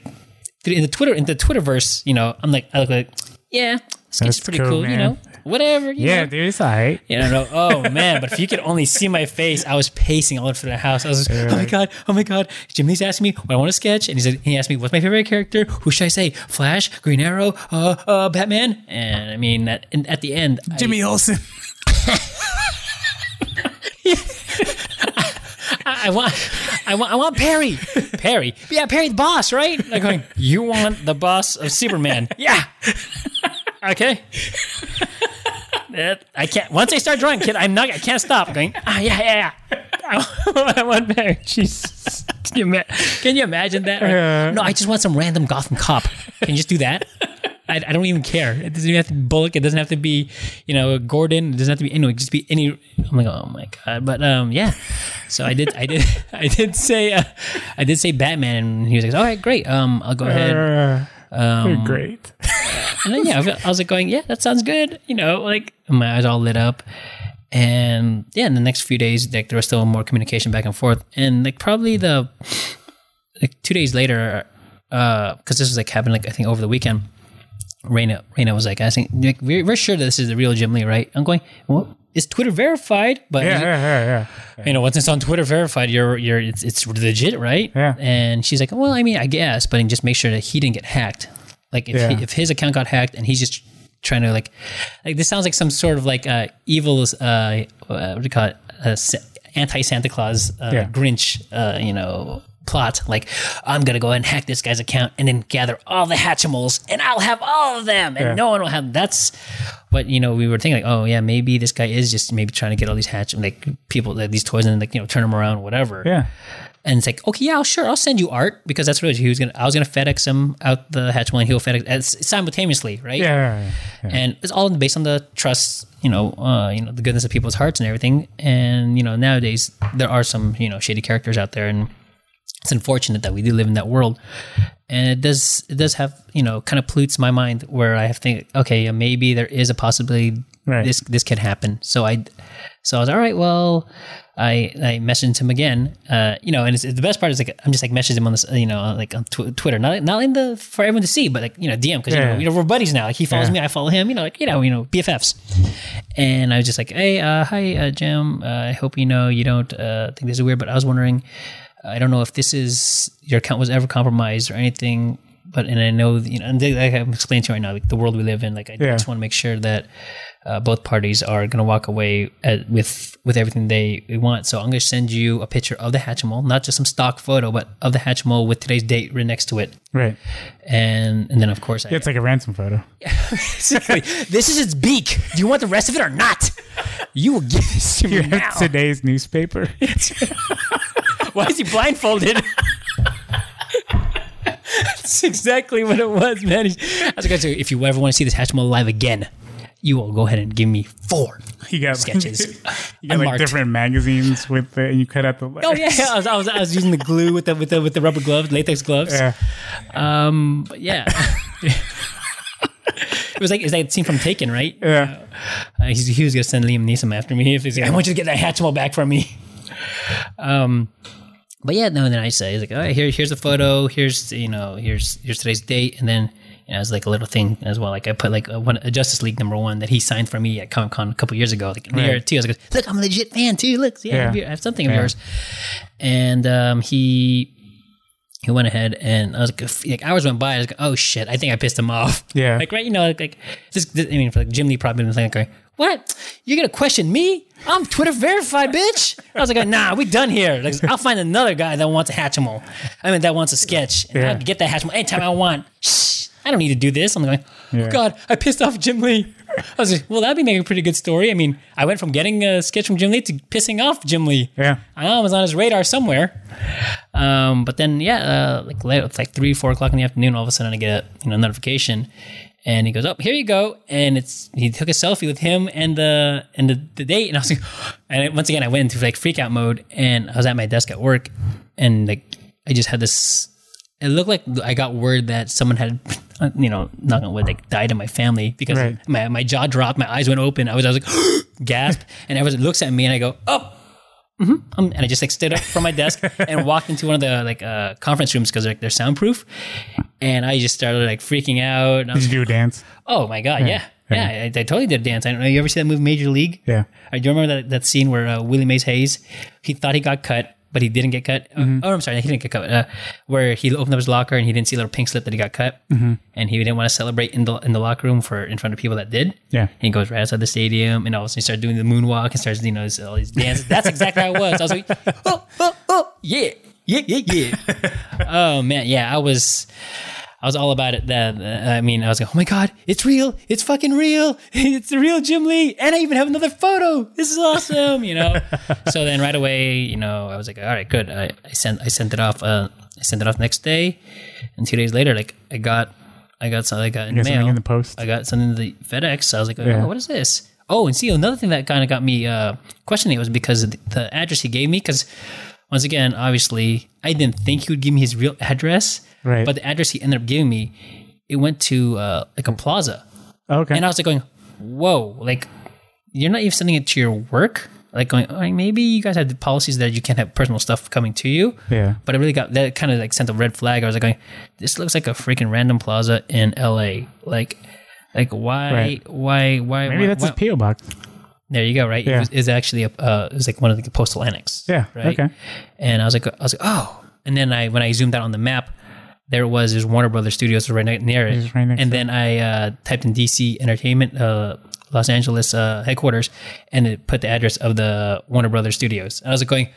in the Twitter, in the Twitterverse, you know, I'm like, I look like, yeah, sketch is That's pretty cool, cool, you man. know, whatever. You Yeah, know? dude, it's all right. You know, oh man, but if you could only see my face, I was pacing all over the house. I was just, oh my god, oh my god. Jimmy's asked me what I want to sketch, and he said he asked me what's my favorite character. Who should I say? Flash, Green Arrow, uh, uh, Batman. And I mean, at, and at the end, I- Jimmy Olsen. I, I want, I want, I want Perry, Perry. Yeah, Perry the boss, right? Like going, you want the boss of Superman? Yeah. okay. That- I can't. Once I start drawing, kid, I'm not. I can't stop going. Ah, yeah, yeah, yeah. I, want Perry. Jesus. Can you, ima- can you imagine that? Like, Yeah. No, I just want some random Gotham cop. Can you just do that? I, I don't even care. It doesn't even have to be Bullock. It doesn't have to be, you know, Gordon. It doesn't have to be anyone. It could Just be any. I'm like, oh my god. But um, yeah. So I did. I did. I did say. Uh, I did say Batman, and he was like, all right, great. Um, I'll go ahead. Uh, Um, you're great. and then, yeah, I was- I was like going, yeah, that sounds good. You know, like and my eyes all lit up. And yeah, in the next few days, like there was still more communication back and forth. And like probably the like two days later, because this was like happened like I think over the weekend. Raina, Raina was like asking, like, we're, we're sure that this is the real Jim Lee, right? I'm going, well, is Twitter verified? But Yeah, yeah, yeah, yeah. you know, once it's on Twitter verified, you're you're it's, it's legit, right? Yeah. And she's like, well, I mean, I guess, but just make sure that he didn't get hacked. Like if, Yeah. he, if his account got hacked and he's just trying to like, like this sounds like some sort of like uh, evil, uh, uh, what do you call it? Uh, Anti Santa Claus uh, Yeah. Grinch, uh, you know. Plot like I'm gonna go and hack this guy's account and then gather all the Hatchimals and I'll have all of them and Yeah. no one will have. That's what you know. We were thinking like, oh yeah, maybe this guy is just maybe trying to get all these hatch like people like, these toys and like you know turn them around whatever. Yeah. And it's like, okay, yeah, I'll- sure, I'll send you art because that's what it was. he was gonna. I was gonna FedEx him out the Hatchimal and he'll FedEx uh, simultaneously, right? Yeah, yeah, yeah. and it's all based on the trust you know uh, you know the goodness of people's hearts and everything and you know nowadays there are some you know shady characters out there and it's unfortunate that we do live in that world and it does it does have you know kind of pollutes my mind where i have to think okay uh, maybe there is a possibility Right. this this could happen so i so i was all right well i i messaged him again uh you know and it's, the best part is like i'm just like messaging him on this you know like on tw- twitter not not in the for everyone to see but like you know dm because Yeah. you know we're buddies now like he follows Yeah. me I follow him, you know, like, you know, you know, BFFs. And I was just like, hey, uh, hi, uh, Jim. Uh, I hope you know you don't uh, think this is weird, but I was wondering, I don't know if this is your account was ever compromised or anything. But and I know you know, and they, like I'm explaining to you right now, like the world we live in. Like I Yeah. just want to make sure that uh, both parties are going to walk away at, with with everything they want. So I'm going to send you a picture of the Hatchimal, not just some stock photo, but of the Hatchimal with today's date right next to it. Right. And and then of course I, It's like a ransom photo. Basically, this is its beak. Do you want the rest of it or not? You will give this to me You now. have today's newspaper. Why is he blindfolded? That's exactly what it was, man. I was like, so if you ever want to see this Hatchimal live again, you will go ahead and give me four. You got Sketches. You got like Unmarked. different magazines with the, and you cut out the letters. Oh yeah, I was, I was, I was using the glue with the with the with the rubber gloves, latex gloves. Yeah. Um, but yeah. It was like is that scene from Taken, right? Yeah. Uh, he's, he was gonna send Liam Neeson after me if he's like, I want you to get that Hatchimal back from me. Um, but yeah, no. And then I say, he's like, all right, here, here's the photo. Here's you know, here's here's today's date, and then you know, as like a little thing as well. Like I put like a, one, a Justice League number one that he signed for me at Comic Con a couple years ago. Like near Right. it too. I was like, look, I'm a legit fan too. Look, yeah, Yeah. I have something of Yeah. yours. And um, he he went ahead and I was like, like hours went by. I was like, oh shit, I think I pissed him off. Yeah. Like right, you know, like, like this, this. I mean, for like Jim Lee probably was like, what? You're gonna question me? I'm Twitter verified, bitch. I was like, "Oh, nah, we done here. Like, I'll find another guy that wants a Hatchimal. I mean, that wants a sketch, and I Yeah. can get that Hatchimal anytime I want. Shh, I don't need to do this. I'm going. Yeah. Oh God, I pissed off Jim Lee. I was like, well, that'd be making a pretty good story. I mean, I went from getting a sketch from Jim Lee to pissing off Jim Lee. Yeah. I know I was on his radar somewhere. Um, but then, yeah, uh, like late, it's like three, four o'clock in the afternoon. All of a sudden, I get a you know notification, and he goes, "Oh, here you go!" And it's he took a selfie with him and the and the, the date, and I was like, and it- once again, I went into like freak out mode, and I was at my desk at work, and like I just had this. It looked like I got word that someone had, you know, knock on wood, like died in my family because Right. my, my jaw dropped, my eyes went open. I was I was like gasp, and everyone looks at me, and I go, "Oh, um, and I just like stood up from my desk and walked into one of the like uh, conference rooms because like they're soundproof, and I just started like freaking out. And I was Did you do a dance? oh my god, yeah, yeah, I, I totally did a dance. I don't know. You ever see that movie Major League? Yeah. I do remember that, that scene where uh, Willie Mays Hayes, he thought he got cut, but he didn't get cut. Uh, Mm-hmm. oh, I'm sorry, he didn't get cut. Uh, where he opened up his locker and he didn't see a little pink slip that he got cut, Mm-hmm. and he didn't want to celebrate in the in the locker room for in front of people that did. Yeah. And he goes right outside the stadium, and all of a sudden he starts doing the moonwalk and starts you know his- all these dances. That's exactly how it was. I was like, oh, oh, oh, yeah, yeah, yeah, yeah. oh man, yeah, I was. I was all about it. That I mean, I was like, "Oh my god, it's real! It's fucking real! It's the real Jim Lee!" And I even have another photo. This is awesome, you know. so then, right away, you know, I was like, "All right, good." I, I sent I sent it off. Uh, I sent it off next day, and two days later, like I got I got something. I got in You got mail something in the post? I got something in the FedEx. I was like, oh, Yeah. "What is this?" Oh, and see, another thing that kind of got me uh, questioning it was because of the, the address he gave me. Because once again, obviously, I didn't think he would give me his real address. Right. But the address he ended up giving me, it went to uh, like a plaza, Okay. and I was like going, "Whoa!" Like you're not even sending it to your work. Like going, "All right, maybe you guys have the policies that you can't have personal stuff coming to you. Yeah. But I really got that kind of like sent a red flag. I was like going, "This looks like a freaking random plaza in L.A. Like, like why, Right. why, why? Maybe why- that's why- his PO box. there you go, right? It Yeah. was, it was actually a, uh, it was like one of the postal annex. Yeah, Right. okay. And I was like, I was like, oh. And then I, when I zoomed out on the map, there was this Warner Brothers Studios right ne- near it. It's right next and then I uh, typed in DC Entertainment, uh, Los Angeles uh, headquarters, and it put the address of the Warner Brothers Studios. And I was like, going,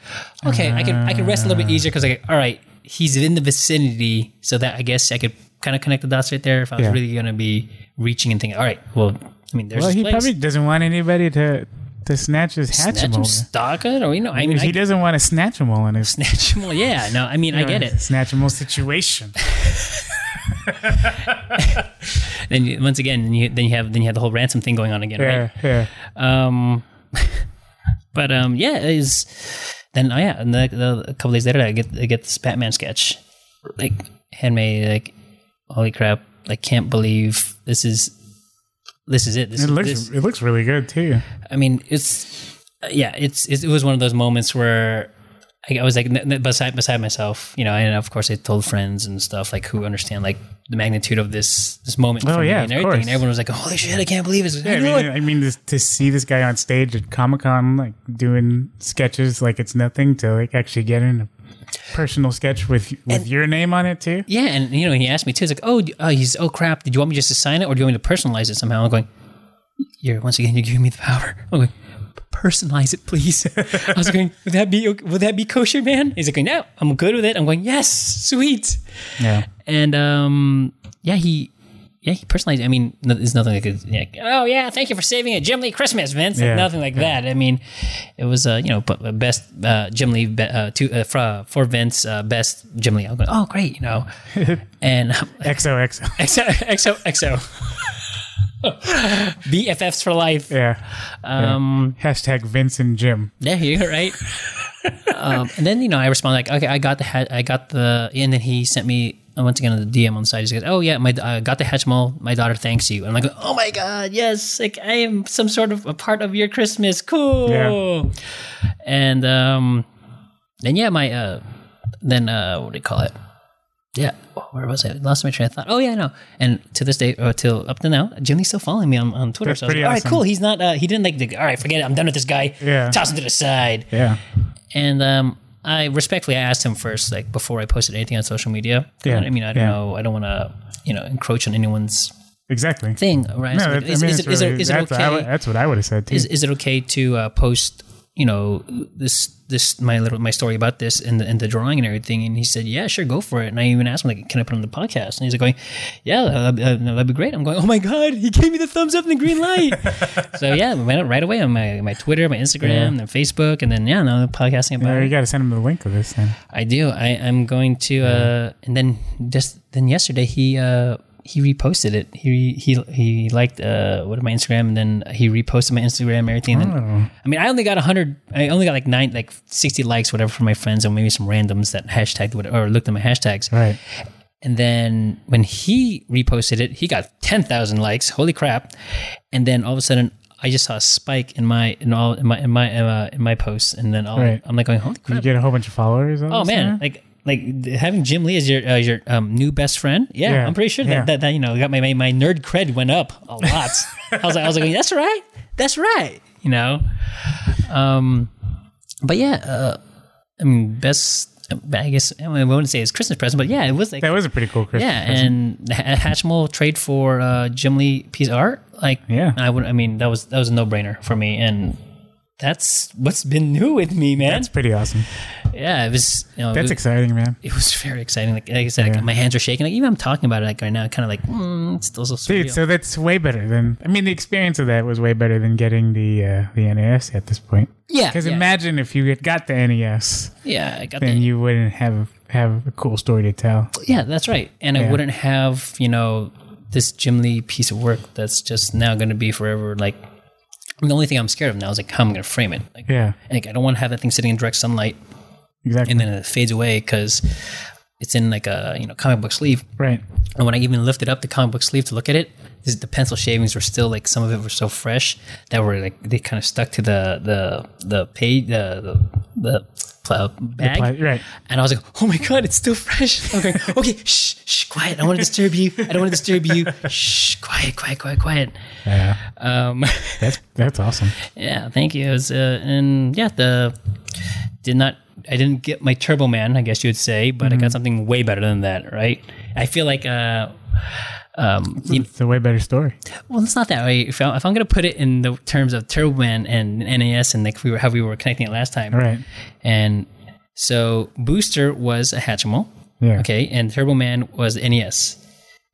okay, I can I can rest a little bit easier because like, all right, he's in the vicinity, so that I guess I could kind of connect the dots right there if I was Yeah. really gonna be reaching and thinking, all right, well, I mean, there's Well, this he place. probably doesn't want anybody to to snatch his hatchet. Snatch him, stalk it, or you know, I mean, he I, doesn't want to snatch him all in his snatch him. Well, yeah, no, I mean, I get it. Snatch him all situation. Then you- once again, you, then you have then you have the whole ransom thing going on again, Yeah, yeah. right? Um, but um, yeah, is then oh yeah, and the, the, a couple days later, I get I get this Batman sketch, like handmade, like holy crap, I can't believe this is this is it. This It is looks this- it looks really good too. I mean, it's yeah, it's, it's it was one of those moments where I, I was like n- n- beside beside myself, you know. And of course, I told friends and stuff like who understand like the magnitude of this this moment. Oh, for me yeah, and of everything. course. And everyone was like, "Holy shit, I can't believe it!" Yeah, I I mean, I mean this, to see this guy on stage at Comic Con, like doing sketches like it's nothing, to like actually getting a personal sketch with with your name on it too. yeah, and you know, he asked me too. He's like, "Oh, d- oh, he's oh crap. Did you want me just to sign it, or do you want me to personalize it somehow?" I'm going, "You're once again, you're giving me the power." I'm going, "Personalize it, please." I was going, "Would that be ok- would that be kosher, man?" He's like, "No, I'm good with it." I'm going, "Yes, sweet." Yeah, and um, yeah, he. Yeah, he personalized. I mean, no, there's nothing like, a, like, oh yeah, thank you for saving a Jim Lee Christmas, Vince. Like, Yeah, nothing like that. I mean, it was uh, you know, but but best uh, Jim Lee be, uh, to, uh, for, uh, for Vince, uh, best Jim Lee. I'm going, oh great, you know, and um, XOXO. XO XO XO BFFs for life. Yeah. Um, Hashtag Vince and Jim. yeah, you're right. um, and then you know, I respond like, okay, I got the hat, I got the, and then he sent me uh, once again the DM on the side. He goes, oh yeah, my I got the Hatchimal. My daughter thanks you. And I'm like, oh my god, yes, like I am some sort of a part of your Christmas. Cool. And um, then yeah, my uh, then uh, what do you call it? Yeah, where was I? Lost my train of thought. Oh yeah, no. And to this day, or till up to now, Jimmy's still following me on, on Twitter. That's so I was pretty like, all right, awesome. cool. He's not. Uh, he didn't like. The, all right, forget it. I'm done with this guy. Yeah. Toss him to the side. Yeah. And um, I respectfully I asked him first, like before I posted anything on social media. Yeah. I mean, I don't Yeah. know. I don't want to, you know, encroach on anyone's Exactly. thing, right? No, So, that, like, is, I mean, is it's it- is really- it- is it that's, what I okay? would- that's what I would have said too. is, is it okay to uh, post you know this this my little my story about this and the, and the drawing and everything and he said yeah sure go for it and i even asked him like can i put it on the podcast and he's like going yeah that'd, that'd- that'd be great i'm going oh my god he gave me the thumbs up and the green light so yeah we went up right away on my, my twitter my instagram and then facebook and then yeah now I'm podcasting about Yeah, it Uh, you got to send him the link of this thing. I do. I, I'm going to, uh, and then just then yesterday he uh, he reposted it. He he he liked uh, what my Instagram, and then he reposted my Instagram, and everything. And Oh. I mean, I only got hundred. I only got like nine, like sixty likes, whatever, from my friends, or maybe some randoms that hashtagged what or looked at my hashtags. Right. And then when he reposted it, he got ten thousand likes. Holy crap! And then all of a sudden. I just saw a spike in my in all in my in my uh, in my posts, and then all, Right. I'm like going, "Holy You crap!" get a whole bunch of followers. on Oh this man, thing? like like th- having Jim Lee as your uh, your um, new best friend. Yeah, Yeah, I'm pretty sure yeah. that, that that you know got my, my my nerd cred went up a lot. I was like I was like that's right, that's right. You know, um, but yeah, uh, I mean best. I guess I, mean, I wouldn't say it's Christmas present, but yeah, it was like that was a pretty cool Christmas. yeah, present. and H- Hatchimal trade for uh, Jim Lee piece of art. Like, Yeah. I would. I mean, that was that was a no brainer for me, and that's what's been new with me, man. that's pretty awesome. yeah, it was. You know, That's it- exciting, man. it was very exciting. Like, like I said, like, Yeah. my hands are shaking. Like even I'm talking about it like right now, kind of like mm, it's still so surreal. Dude, so that's way better than. I mean, the experience of that was way better than getting the uh, the NES at this point. yeah, Because Ah, yeah, imagine if you had got the NES, yeah, I got then the, you wouldn't have have a cool story to tell. yeah, that's right. And I Yeah. wouldn't have you know this Jim Lee piece of work that's just now going to be forever. Like the only thing I'm scared of now is like how I'm going to frame it. Like, Yeah, like I don't want to have that thing sitting in direct sunlight exactly. and then it fades away because it's in like a you know comic book sleeve. right. And when I even lifted up the comic book sleeve to look at it, this, the pencil shavings were still like some of it were so fresh that were like they kind of stuck to the the the page the the, the pl- bag. Pla- Right. And I was like, "Oh my god, it's still fresh." I'm going, "Okay, shh, shh, quiet. I don't want to disturb you. I don't want to disturb you. Shh, quiet, quiet, quiet, quiet." Yeah. Um, That's that's awesome. yeah, thank you. It was, uh, and yeah, the did not. I didn't get my Turbo Man, I guess you would say, but I got something way better than that, right? I feel like, uh, um, you- It's a way better story. well, it's not that way. If, I, if I'm going to put it in the terms of Turbo Man and NAS and like we were how we were connecting it last time, All right. and so Booster was a Hatchimal, Yeah. okay, and Turbo Man was NES.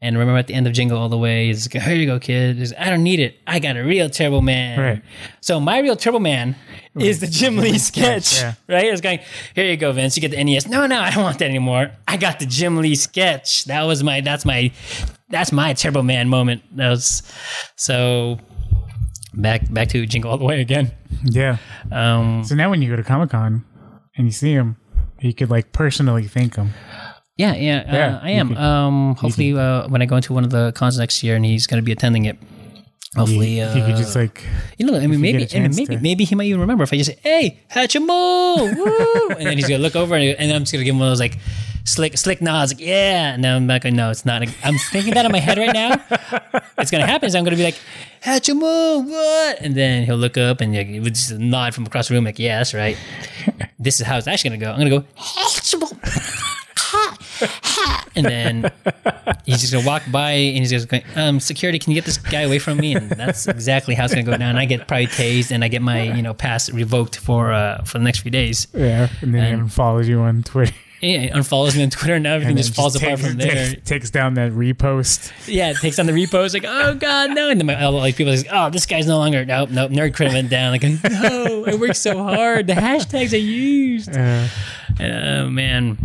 And remember at the end of Jingle All the Way, is here you go, kid. He's, I don't need it. I got a real Turbo Man. Right. So my real Turbo Man is the Jim Lee sketch, yeah. right? It's going, here you go, Vince. You get the NES. No, no, I don't want that anymore. I got the Jim Lee sketch. That was my. That's my. That's my Turbo Man moment. That was so. Back back to Jingle All the Way again. Yeah. Um, So now when you go to Comic Con and you see him, you could like personally thank him. Yeah, yeah, Yeah, uh, I you am. could- um, hopefully, uh, when I go into one of the cons next year, and he's going to be attending it. Hopefully, You, uh, you could just like you know, I mean, you maybe, get a I mean, chance maybe, to- maybe he might even remember if I just say, "Hey, Hatchimal!" woo," and then he's gonna look over, and, and then I'm just gonna give him one of those like slick, slick nods, like, "Yeah." And then I'm not gonna, no, it's not. I'm thinking that in my head right now. It's gonna happen. So I'm gonna be like, "Hatchimal, what?" And then he'll look up and like, with just a nod from across the room, like, "Yeah, that's right." This is how it's actually gonna go. I'm gonna go, "Hatchimal." Ha, ha. And then he's just gonna walk by and he's just going, um, security, can you get this guy away from me? And that's exactly how it's gonna go down. And I get probably tased and I get my, you know, pass revoked for uh for the next few days. yeah, and then And- he follows you on Twitter. Yeah, it unfollows me on Twitter and now everything And just, then falls apart takes- from there. Takes, takes down that repost. yeah, it takes on the repos, like, oh god, no. And then my, all, like people are like, oh, this guy's no longer nope, nope, nerd credit went down. Like, no, I worked so hard. The hashtags I used. Uh, Oh man.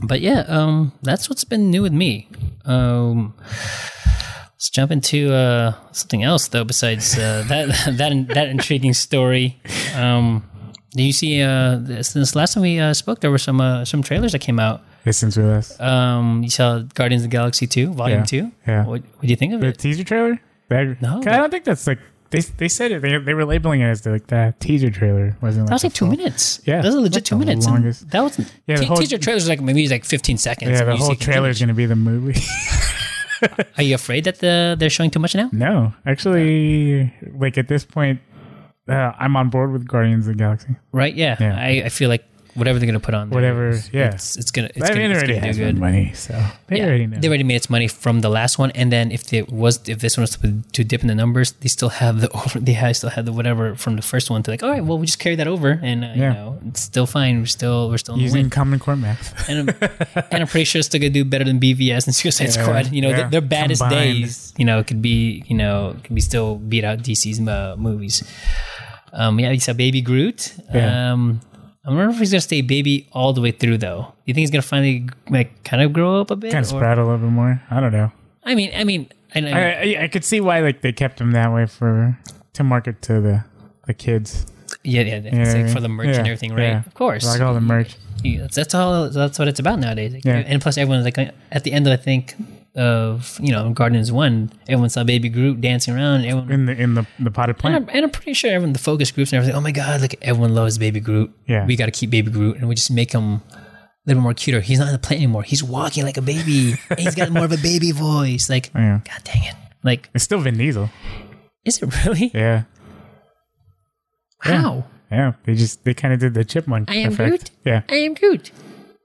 But yeah, um, that's what's been new with me. Um, let's jump into uh, something else though. Besides uh, that that that intriguing story. Um, do you see? Uh, this- since last time we uh, spoke, there were some uh, some trailers that came out. this is with us. Um, you saw Guardians of the Galaxy Two, Volume Yeah, Two. yeah. What What do you think of The it? teaser trailer? That, No, 'cause that- I don't think that's like they, they said it. They, they were labeling it as like that teaser trailer wasn't. Like That was like the two full- minutes. Yeah, that was a legit that's two the minutes. and longest. That was Yeah, the te- whole- teaser trailers like maybe like fifteen seconds. Yeah, and the you whole see- trailer is going to be the movie. Are you afraid that the they're showing too much now? no, actually, like at this point, uh, I'm on board with Guardians of the Galaxy. right? Yeah, Yeah. I, I feel like whatever they're gonna put on. there, Whatever, it's- yeah. it's, it's gonna. It's I gonna, mean, it it's already gonna do has good. money, so they Yeah, already know. They already made its money from the last one, and then if they was if this one was to, to dip in the numbers, they still have the over. They have, still have the whatever from the first one. To like, all right, well, we just carry that over, and uh, Yeah. you know, it's still fine. We're still we're still in the Using win. Common Core math. And I'm, and I'm pretty sure it's still gonna do better than BVS and Suicide Yeah, Squad. You know, yeah. th- their baddest Combined. days, you know, could be you know could be still beat out DC's uh, movies. Um, yeah, you saw Baby Groot. Yeah. Um, I wonder if he's gonna stay baby all the way through though. You think he's gonna finally like kind of grow up a bit? kind of or- sprout a little bit more. I don't know. I mean, I mean, I, know I, I, I could see why like they kept him that way for to market to the the kids. yeah, yeah, You know it's what I like mean? for the merch Yeah, and everything, right? yeah. Of course, Like all the merch. Yeah, that's, that's all. That's what it's about nowadays. Like, Yeah. And plus, everyone's like at the end of I think of you know Guardians One, everyone saw Baby Groot dancing around. Everyone, in the in the, the potted and, plant. I'm, and I'm pretty sure everyone, the focus groups and everything. Oh my god, like everyone loves Baby Groot. Yeah. we got to keep Baby Groot, and we just make him. A little more cuter. He's not on the plane anymore. He's walking like a baby. and he's got more of a baby voice. Like, Yeah. god dang it! Like, It's still Vin Diesel. is it really? Yeah, How? yeah. They just they kind of did the chipmunk I am effect. Groot. Yeah, I am Groot.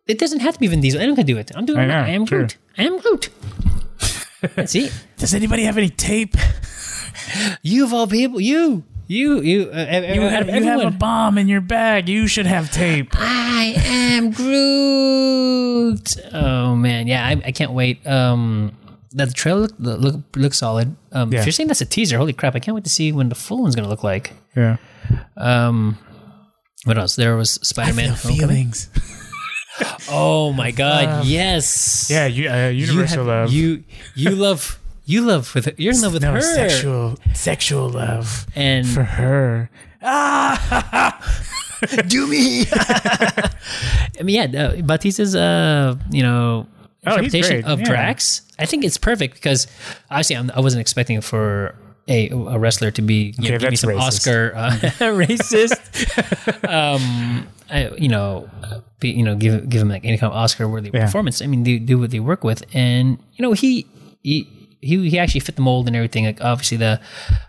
It doesn't have to be Vin Diesel. Anyone can do it. I'm doing I it. know, I am true. Groot. I am Groot. See, Does anybody have any tape? you of all people, you, you, you, uh, ev- You have, you everyone. have a bomb in your bag. You should have tape. I am Groot. Oh man, yeah, I, I can't wait. Um, that the trailer look, look looks solid. Um, Yeah. If you're saying that's a teaser, holy crap! I can't wait to see when the full one's gonna look like. Yeah, Um, what else? There was Spider Man. feelings. Oh my God! yes. Yeah, Uh, you, uh, universal you have- love. You you love you love with you're in love with no her sexual sexual love and for her. do me. I mean, yeah, uh, Batista's uh, you know Oh, he's interpretation great, of yeah. Drax. I think it's perfect because obviously I'm, I wasn't expecting for. A, a wrestler to be you Okay, know, give me that's some racist. Oscar uh, racist, um, I, you know, uh, be, you know, give give him like any kind of Oscar worthy Yeah. performance. I mean, they do what they work with, and you know, he he he, he actually fit the mold and everything. Like obviously the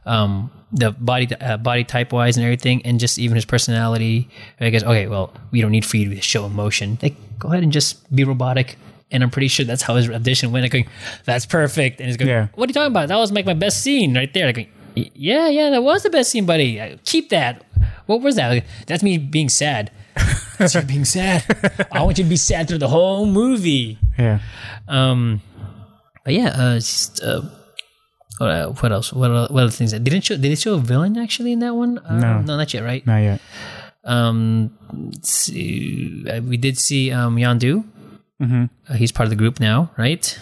um the body uh, body type wise and everything, and just even his personality. I guess okay, well, we don't need for you to show emotion. Like go ahead and just be robotic. And I'm pretty sure that's how his audition went. Like, going, that's perfect. And he's going, Yeah. "What are you talking about? That was like my best scene right there." Like, going, "Y- yeah, yeah, that was the best scene, buddy. Uh, Keep that. What was that? Like, that's me being sad. That's you being sad. I want you to be sad through the whole movie. Yeah, Um, but yeah, uh, it's just, uh, uh, what else? What other, what other things? They didn't show. Did they show a villain actually in that one? Uh, No. not yet, right? not yet. Um, let's see, uh, we did see um Yandu. Mm-hmm. Uh, he's part of the group now, right?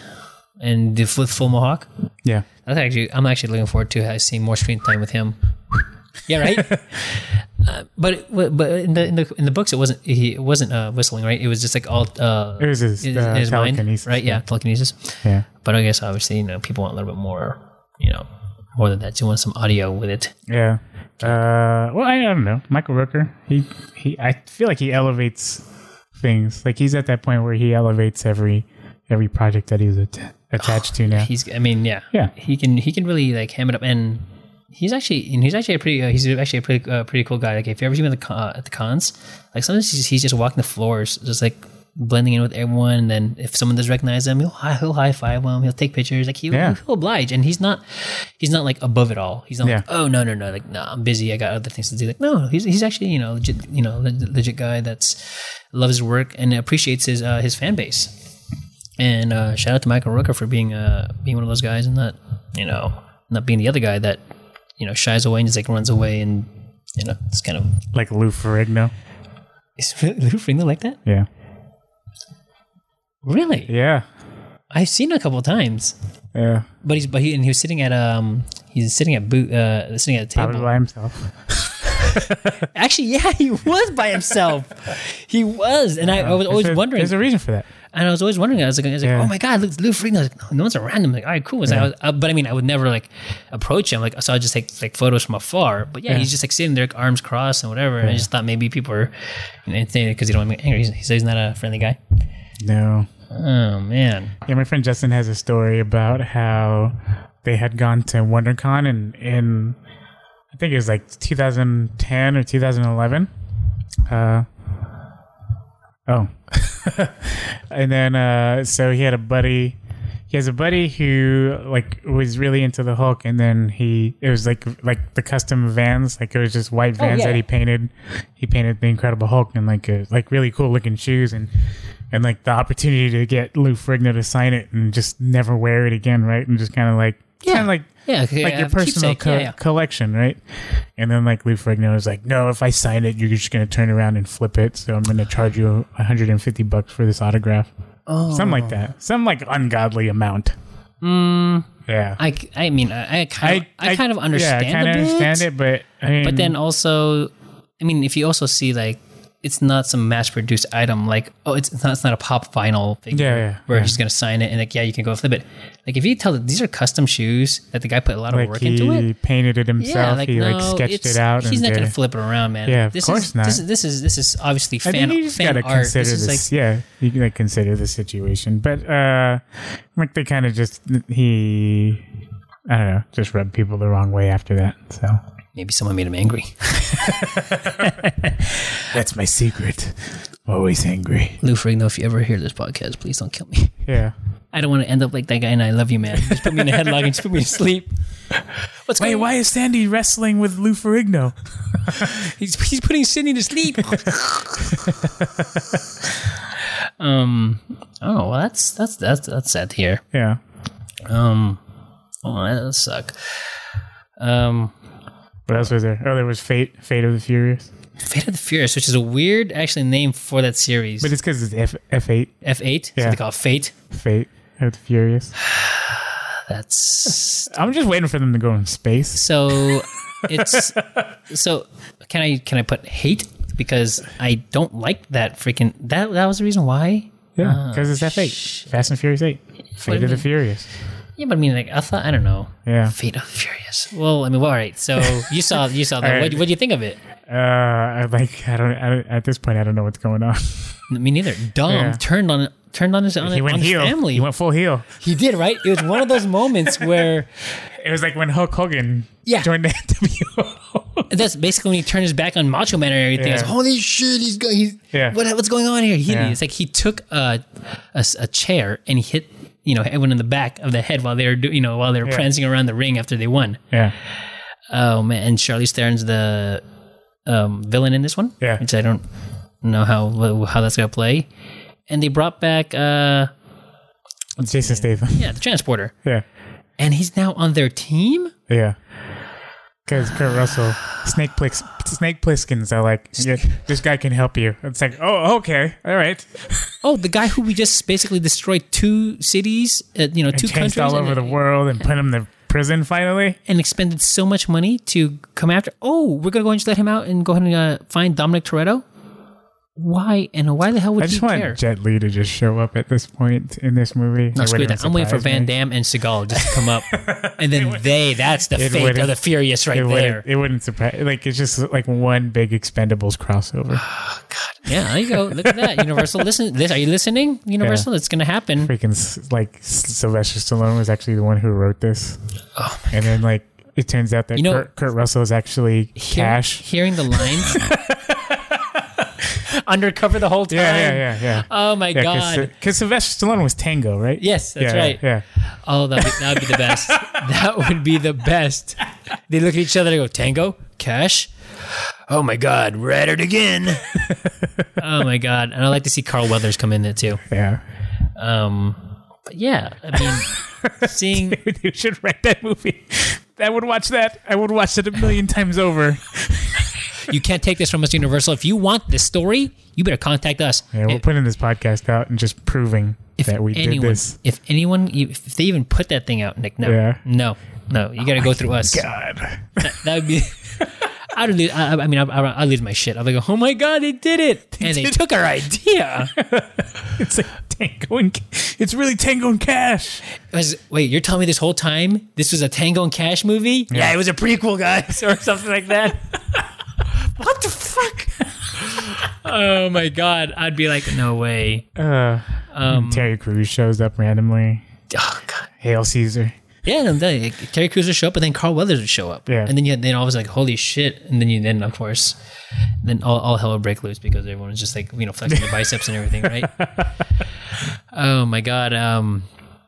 And the full, full mohawk. Yeah, That's actually I'm actually looking forward to uh, seeing more screen time with him. Yeah, right. uh, but but in the, in the in the books it wasn't he it wasn't uh, whistling right. It was just like all uh, It was his, in- uh, in mind, telekinesis. right? Yeah, telekinesis. yeah, But I guess obviously you know people want a little bit more, you know, more than that. You want some audio with it. yeah. Uh, well, I, I don't know. Michael Rooker. He he. I feel like he elevates things. Like he's at that point where he elevates every every project that he's at- attached to now. He's I mean yeah Yeah. he can he can really like ham it up and. He's actually, and he's actually a pretty. Uh, he's actually a pretty, uh, pretty cool guy. Like if you ever see him at the con, uh, at the cons, like sometimes he's, he's just walking the floors, just like blending in with everyone. And then if someone does recognize him, he'll hi- he'll high five him. He'll take pictures. Like he Yeah. he'll oblige, and he's not he's not like above it all. He's not like Yeah. oh no no no like no I'm busy. I got other things to do. Like no, he's he's actually you know legit you know le- legit guy that's loves his work and appreciates his uh, his fan base. And uh, shout out to Michael Rooker for being uh, being one of those guys and not you know not being the other guy that you know shies away and just like runs away and you know it's kind of Like Lou Ferrigno. is Lou Ferrigno like that Yeah. really Yeah. I've seen it a couple of times Yeah. but he's but he and he was sitting at um he's sitting at boot uh sitting at a table Probably by himself. actually yeah he was by himself he was and I, I was always There's a- wondering There's a reason for that. And I was always wondering. I was like, I was like Yeah. oh my god, look, it's Lou Ferrigno. I was like, no, no one's around him. Like, all right, cool. It's like, I was- uh, but I mean, I would never like approach him. Like, so I just take like photos from afar. But yeah, Yeah. he's just like sitting there, like, arms crossed and whatever. And I just thought maybe people are you know, intimidated because he don't want to be angry. He's, he's, he's not a friendly guy. No. Oh man, Yeah, my friend Justin has a story about how they had gone to WonderCon and in I think it was like 2010 or 2011. Uh, Oh. and then uh so he had a buddy he has a buddy who like was really into the Hulk and then he it was like like the custom vans, like it was just white vans Oh, yeah. that he painted. He painted the Incredible Hulk and like uh like really cool looking shoes and and like the opportunity to get Lou Frigno to sign it and just never wear it again, right? And just kinda like yeah, like Yeah, okay, like uh, your personal keepsake, co- yeah, yeah. collection, right? And then like Lou Ferrigno was like, "No, if I sign it, you're just gonna turn around and flip it. So I'm gonna charge you 150 bucks for this autograph, Oh, something like that, some like ungodly amount." Mm, Yeah, I, I mean, I, I kind, I, kind of understand. Yeah, I kind of a bit, understand it, but I mean, But then also, I mean, if you also see like, it's not some mass-produced item. Like, oh, it's, it's not it's not a pop vinyl thing. Yeah, yeah, Where yeah. he's gonna sign it and like, yeah, you can go flip it. Like, if you tell that these are custom shoes that the guy put a lot of like work he into it. painted it himself, Yeah, like he no, like sketched it's- it out. He's and not did gonna it. flip it around, man. Yeah, of this course is, not. This is this is this is obviously I fan, think you just fan gotta art. consider This is like this. yeah, you gotta consider the situation. But uh, like they kind of just he, I don't know, just rubbed people the wrong way after that. So maybe someone made him angry. that's my secret. Always angry. Lou Ferrigno, if you ever hear this podcast, please don't kill me. Yeah. I don't want to end up like that guy. And I love you, man. Just put me in a headlock and just put me to sleep. What's Wait, going why is Sandy wrestling with Lou Ferrigno? He's, he's putting Sydney to sleep. um. Oh, well, that's that's that's that's sad to hear. Yeah. Um. Oh, that does suck. Um. What else was there? Oh, there was Fate, Fate of the Furious. Fate of the Furious, which is a weird actually name for that series. But it's because it's F F eight, F eight. Yeah. Yeah. They call it Fate. Fate of the Furious. That's I'm just waiting for them to go in space. so. It's so. Can I can I put hate because I don't like that freaking that that was the reason why. Yeah, because Uh, it's F eight, shit. Fast and Furious eight, What Fate do of you the mean? Furious. Yeah, but I mean, like I thought, I don't know. Yeah. Fate of the Furious. Well, I mean, well, all right. So you saw, you saw that. All right. What, what do you think of it? Uh, I like I don't, I don't at this point I don't know what's going on. Me neither. Dom Yeah. turned on turned on his on, he on went his heel. family. He went full heel. He did right. It was one of those moments where It was like when Hulk Hogan Yeah. joined the NWO. that's basically when he turned his back on Macho Man and everything. I was Yeah. holy shit, he's going. He's, Yeah. what, what's going on here? He, Yeah. It's like he took a, a s- a chair and he hit you know everyone in the back of the head while they were do, you know while they were Yeah. prancing around the ring after they won. yeah, Oh man, and Charlize Theron's the um, villain in this one. Yeah. which I don't know how how that's gonna play. And they brought back uh, Jason Statham. yeah the transporter, Yeah, and he's now on their team. yeah. Because Kurt Russell, Snake Plix, Snake Pliskins are like, yeah, this guy can help you. It's like, oh, okay, all right. Oh, the guy who we just basically destroyed two cities, uh, you know, two countries, Changed all over and, the world and put him to prison finally. and expended so much money to come after. Oh, we're gonna go and just let him out and go ahead and uh, find Dominic Toretto. Why and why the hell would I he just want care? Jet Li to just show up at this point in this movie. No, It screw wouldn't that. I'm waiting for surprise Van me. Damme and Seagal just to come up. and then they, that's the it fate of wouldn't- the Furious right there. It wouldn't, it wouldn't surprise. Like it's just like one big Expendables crossover. Yeah, there you go. Look at that. Universal, listen. This, are you listening? Universal, it's going to happen. Freaking s- like S- Sylvester Stallone was actually the one who wrote this. Oh my and then like it turns out that You know- Kurt, Kurt Russell is actually Hear- Cash. Hearing the lines. Undercover the whole time. Yeah, yeah, yeah, yeah. Oh my God. Because Sylvester Stallone was Tango, right? Yes, that's Yeah, right. Yeah, Oh, that would that'd be the best. that would be the best. They look at each other and go, Tango? Cash? Oh my God, we're at it again. oh my God. And I'd like to see Carl Weathers come in there too. yeah. Um, but yeah, I mean, seeing yeah. you should write that movie. I would watch that. I would watch it a million times over. you can't take this from us, Universal. If you want this story, you better contact us. Yeah, we're If- putting this podcast out and just proving if that we anyone, did this. If anyone, if they even put that thing out, Nick, no, Yeah. no, no, you got to go through us. God. That would be. I would lose. I, I mean, I, I, I lose my shit. I'm like, oh my god, they did it, and they took our idea. It's like Tango and it's really Tango and Cash. I was- wait, you're telling me this whole time this was a Tango and Cash movie? Yeah, it was a prequel, guys, or something like that. what the fuck? oh my god, I'd be like, no way. Um, Uh, Terry Crews shows up randomly. Oh god. Hail Caesar. Yeah, I'm telling you, like, Terry Crews would show up, and then Carl Weathers would show up. Yeah. And then you then all was like, holy shit! And then you then of course, then all, all hell would break loose because everyone was just like you know flexing their biceps and everything, right? oh my god. Um.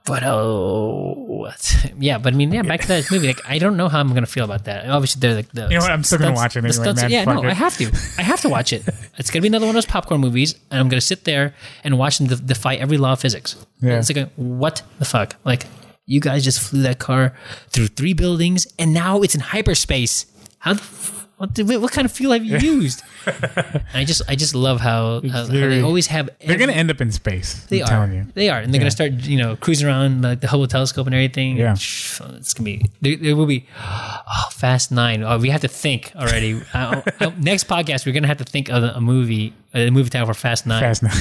But oh, what? yeah. But I mean, yeah. Back to that movie. Like, I don't know how I'm gonna feel about that. And obviously, they're like the. You know what? I'm still gonna stunts- watch it the anyway, stunts- man. yeah, Fuck no, it. I have to. I have to watch it. It's gonna be another one of those popcorn movies, and I'm gonna sit there and watch them de- defy every law of physics. Yeah. It's like, a, what the fuck? Like, you guys just flew that car through three buildings, and now it's in hyperspace. How? The f- what, the- what kind of fuel have you used? I just, I just love how, how, how they very- always have. They're every- gonna end up in space. they I'm are. telling you. They are, and they're gonna start, you know, cruising around like the Hubble telescope and everything. Yeah. Shh, it's gonna be. There, there will be oh, Fast Nine. Oh, we have to think already. uh, uh, next podcast, we're gonna have to think of a movie, a movie title for Fast Nine. Fast nine.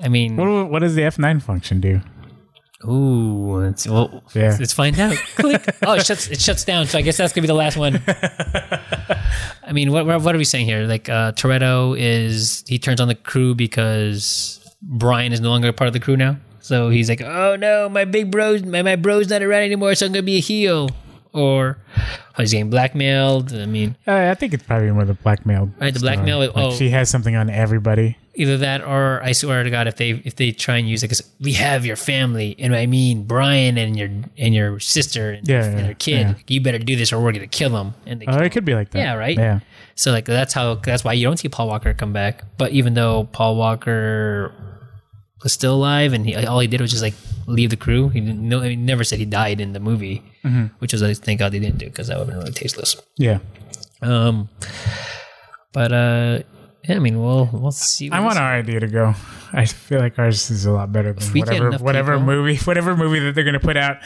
I mean, What, what does the F9 function do? ooh, it's, well, Yeah. let's find out. Click. Oh, it shuts. It shuts down. So I guess that's gonna be the last one. I mean, what what what are we saying here? Like uh, Toretto is he turns on the crew because Brian is no longer a part of the crew now. So he's like, oh no, my big bro's my, my bro's not around anymore, so I'm gonna be a heel. Or oh, he's getting blackmailed. I mean, Uh, I think it's probably more the blackmail. Right, the story. blackmail, Like, oh. she has something on everybody. either that or I swear to God, if they if they try and use like we have your family and I mean Brian and your and your sister and, Yeah, and yeah, your kid, yeah. you better do this or we're gonna kill them. And they Oh, it could be like that. Yeah, right? Yeah. So like that's how that's why you don't see Paul Walker come back. But even though Paul Walker was still alive and he, all he did was just like leave the crew. He didn't no, he never said he died in the movie, Mm-hmm. which was like thank God they didn't do because that would have been really tasteless. Yeah. Um, but uh, yeah, I mean we'll we'll see. I want our idea to go. I feel like ours is a lot better than we get whatever enough whatever people- movie whatever movie that they're gonna put out.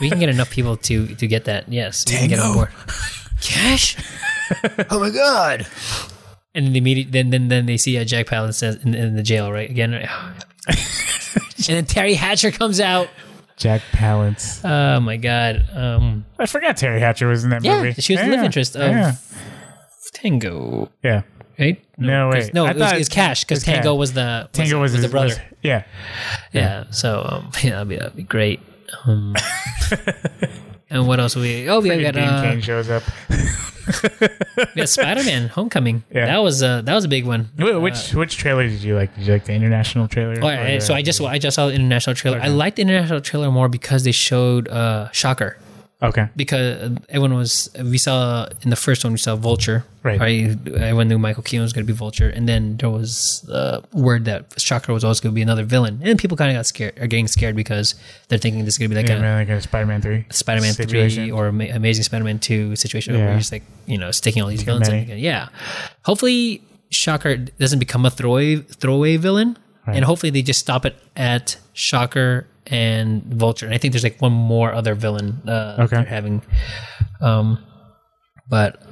we can get enough people to to get that. Yes, we can get on board. Cash. oh my god. And then they meet, then then then they see uh, Jack Palance in, in the jail, right? Again, right? and then Terry Hatcher comes out. Jack Palance. Oh my god. Um, I forgot Terry Hatcher was in that Yeah, movie. she was the love interest of- yeah. Tango, yeah. right? No, 'cause- wait. No, I it was, thought it was Cash it because was Tango Cash. was the was Tango the- was, was the his brother. was- yeah. yeah. So um, yeah, that'd be that'd be great. Um, and what else we? Oh, we got Dean uh, Cain shows up. we got Spider Man Homecoming. Yeah. That was uh, that was a big one. Wh- Which which trailer did you like? Did you like the international trailer? All or right, the- Oh, so I just I just saw the international trailer. I liked the international trailer more because they showed uh, Shocker okay. because uh, everyone was we saw in the first one we saw Vulture Right. Everyone knew Michael Keaton was going to be Vulture, and then there was uh, word that Shocker was also going to be another villain, and people kind of got scared are getting scared because they're thinking this is going to be like Yeah, a man, like a Spider-Man three. Spider-Man situation. three or Ama- Amazing Spider-Man two situation where Yeah. you're just like you know sticking all these villains. many. In. again. Yeah, hopefully Shocker doesn't become a throwaway throwaway villain, and hopefully they just stop it at Shocker and Vulture. And I think there's like one more other villain uh, Okay. they're having. Um, but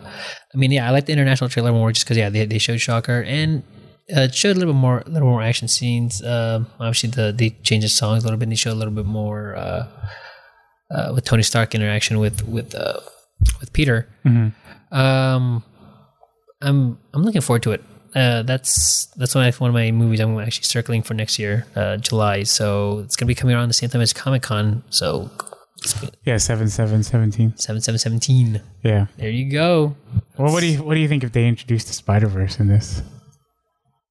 I mean, yeah, I like the international trailer more just because yeah, they, they showed Shocker and uh, it showed a little bit more, little more action scenes. Um, obviously, the they changed the songs a little bit. and They showed a little bit more uh, uh, with Tony Stark interaction with with uh, with Peter. Um, I'm I'm looking forward to it. Uh, that's that's one of, one of my movies I'm actually circling for next year, uh, July. So it's gonna be coming around the same time as Comic Con. So Yeah, seven seven seventeen. seven seven seventeen. Yeah. There you go. Well, what do you what do you think if they introduced the Spider Verse in this?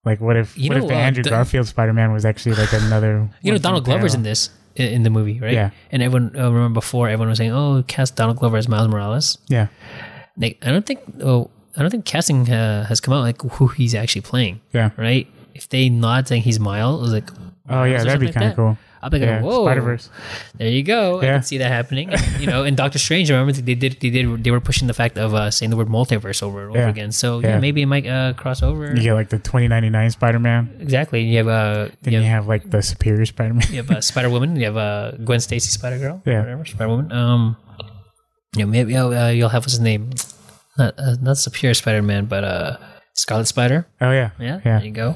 Like, what if You what know, if the uh, Andrew the- Garfield Spider Man was actually like another? You know, Donald Glover's in this. this in- in the movie, right? Yeah. And everyone uh, remember before everyone was saying, "Oh, cast Donald Glover as Miles Morales." Yeah, Like, I don't think. Oh, I don't think casting uh, has come out like who he's actually playing, yeah. right? If they nod saying he's Miles, it's like, Oh, or yeah, that'd be something kind like of that. cool. I'll be like, yeah, whoa, Spider Verse. there you go. I Yeah. can see that happening. you know, and Doctor Strange, remember they did they did they were pushing the fact of uh, saying the word multiverse over and over Yeah. again. So yeah, Yeah. maybe it might uh, cross over. You get like the twenty ninety nine Spider Man. Exactly. You have uh, Then you you have, have like the Superior Spider Man. you have uh, Spider Woman. You have uh, Gwen Stacy Spider Girl. Yeah. whatever Spider Woman. Um, yeah, maybe uh, uh, you'll have what's his name? Not uh, not Superior Spider Man, but uh, Scarlet Spider. Oh yeah, Yeah, yeah. there you go.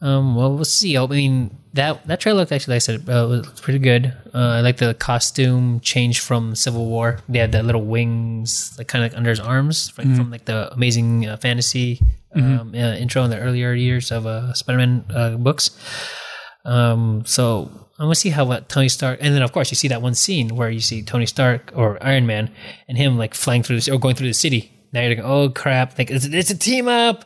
Um, well, we'll see. I mean, that that trailer looked actually, like I said, uh, it looked pretty good. Uh, I like the costume change from Civil War. They had that little wings, like kind of like under his arms, like Mm-hmm. from like the Amazing uh, Fantasy um, uh, intro in the earlier years of uh, Spider-Man uh, books. Um, so I'm gonna see how what Tony Stark, and then of course you see that one scene where you see Tony Stark or Iron Man and him like flying through this or going through the city. Now you're like, oh crap! Like it's, it's a team up.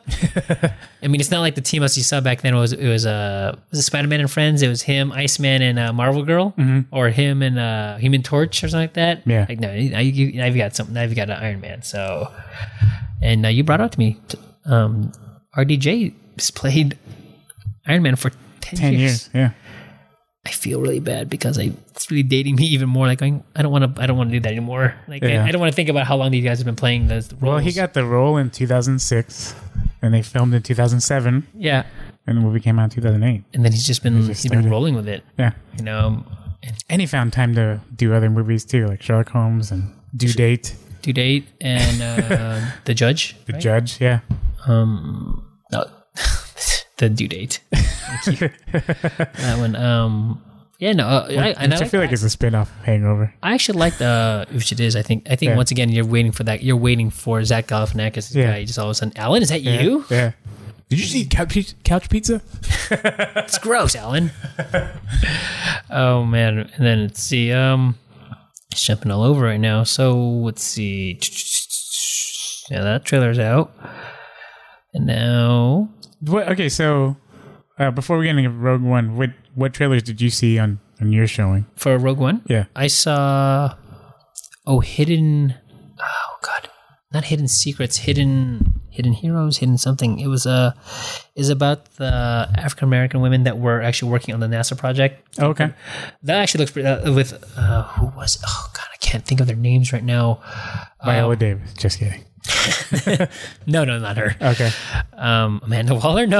I mean, it's not like the team ups you saw back then. It was it was uh was it Spider Man and Friends? It was him, Iceman, and uh, Marvel Girl, or him and uh, Human Torch or something like that. Yeah. Like no, now you, you now you've got something. Now you've got an Iron Man. So, and uh, you brought up to me, t- um, RDJ has played Iron Man for ten, 10 years. years. Yeah. I feel really bad because I it's really dating me even more. Like going, I don't want to, I don't want to do that anymore. Like Yeah. I, I don't want to think about how long these guys have been playing those roles. Well, he got the role in 2006, and they filmed in 2007, yeah, and the movie came out in 2008. and then he's just been just he's been started. rolling with it. Yeah. You know, and And he found time to do other movies too, like Sherlock Holmes and Due Date, due date and uh, the judge. The Judge. Yeah. Um, no, the due date. Thank you. that one. Um, yeah, no, uh, I, and I, Which I like, feel like it's a spin off of Hangover. I actually like the which it is. I think I think Yeah. once again you're waiting for that. You're waiting for Zach Galifianakis. Yeah. Yeah, guy. just all of a sudden, Alan, is that you? Yeah. Did you see couch, couch pizza? It's gross, Alan. oh man, and then let's see. Um, it's jumping all over right now. So let's see. Yeah, that trailer's out. And now What, okay, so uh, before we get into Rogue One, what what trailers did you see on on your showing? for Rogue One, Yeah. I saw oh hidden oh god not hidden secrets hidden hidden heroes hidden something it was uh is about the African American women that were actually working on the NASA project Okay. that actually looks pretty uh, with uh, who was it? oh god I can't think of their names right now Um, Viola Davis. Just kidding. no no not her Okay. um Amanda Waller no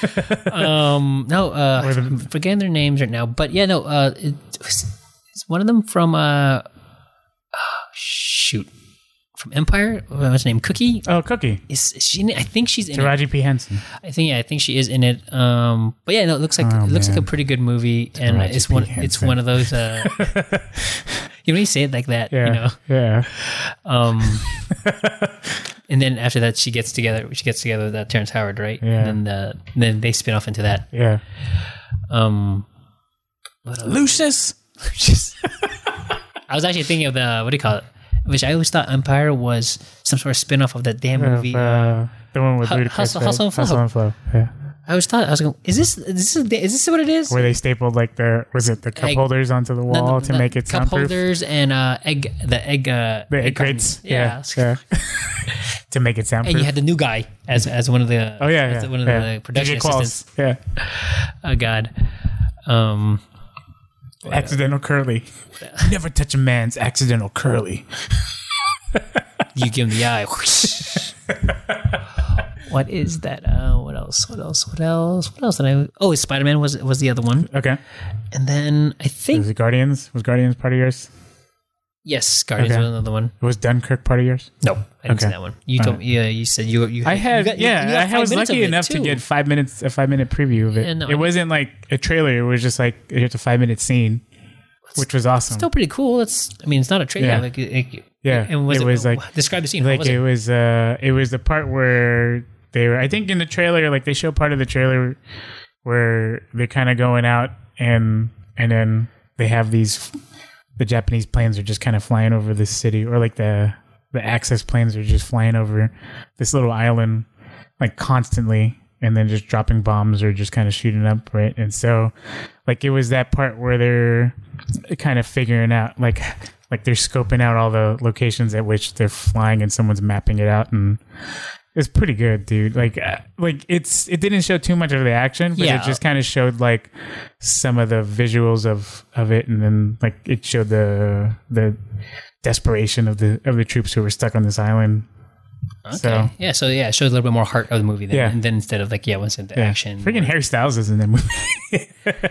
um no uh Or the- I'm forgetting their names right now but yeah no uh it was, it's one of them from uh oh, shoot from Empire what's his name Cookie Oh, Cookie. is is she in it? I think she's in it. Taraji P. Henson. I think yeah, I think she is in it. Um, but yeah, no, it looks like Oh, it looks like man. a pretty good movie, and Taraji it's P. one it's Henson. one of those. Uh, you know, you say it like that, Yeah. you know. Yeah. Um, and then after that, she gets together. She gets together with uh, Terrence Howard, right? And Yeah. then the then they spin off into that. Yeah. Um, Lucius. I was actually thinking of the what do you call it? Which I always thought Empire was some sort of spin off of that damn movie. Uh, the one with Hu- Ludacris. Hustle- right? Hustle and Flow. Flow. Yeah. I always thought I was going, is this is this is this what it is? Where they stapled like the was it the cup Egg- holders onto the No, wall no, to no, make it cup soundproof? holders and uh, egg the egg uh, The egg cartons. crates. Yeah. yeah. to make it soundproof. and you had the new guy as as one of the oh yeah. as yeah one of yeah. the production DJ Qualls. assistants. Yeah. Oh god, um, Accidental curly. Never touch a man's accidental curly. you give him the eye. what is that? Uh, what else? What else? What else? What else did I? Oh, Spider Man was was the other one, Okay. and then I Was think it Guardians? Was Guardians part of yours? yes, Guardians Okay. was another one. Was Dunkirk part of yours? No, I didn't see Okay. that one. You told me. Yeah, you said you you. I had, you got- you- you got yeah, I five was minutes lucky of it, enough to too. get five minutes, a five minute preview of it. Yeah, no, I- it wasn't like a trailer; it was just like it's a five minute scene, which was awesome. still pretty cool. It's I mean it's not a trailer. Yeah. Like, it, it- Yeah, And was it, it was like- describe the scene. What like was it it? was, uh, it was the part where they were. I think in the trailer, like they show part of the trailer where they're kind of going out, and and then they have these, the Japanese planes are just kind of flying over this city, or like the the access planes are just flying over this little island like constantly and then just dropping bombs or just kind of shooting up right and so like it was that part where they're kind of figuring out like like they're scoping out all the locations at which they're flying and someone's mapping it out and it's pretty good dude like uh, like it's it didn't show too much of the action but Yeah. it just kind of showed like some of the visuals of of it and then like it showed the the desperation of the of the troops who were stuck on this island so- yeah, so yeah, it shows a little bit more heart of the movie then, Yeah. and then instead of like yeah, once into action, Freaking Harry Styles is in that movie.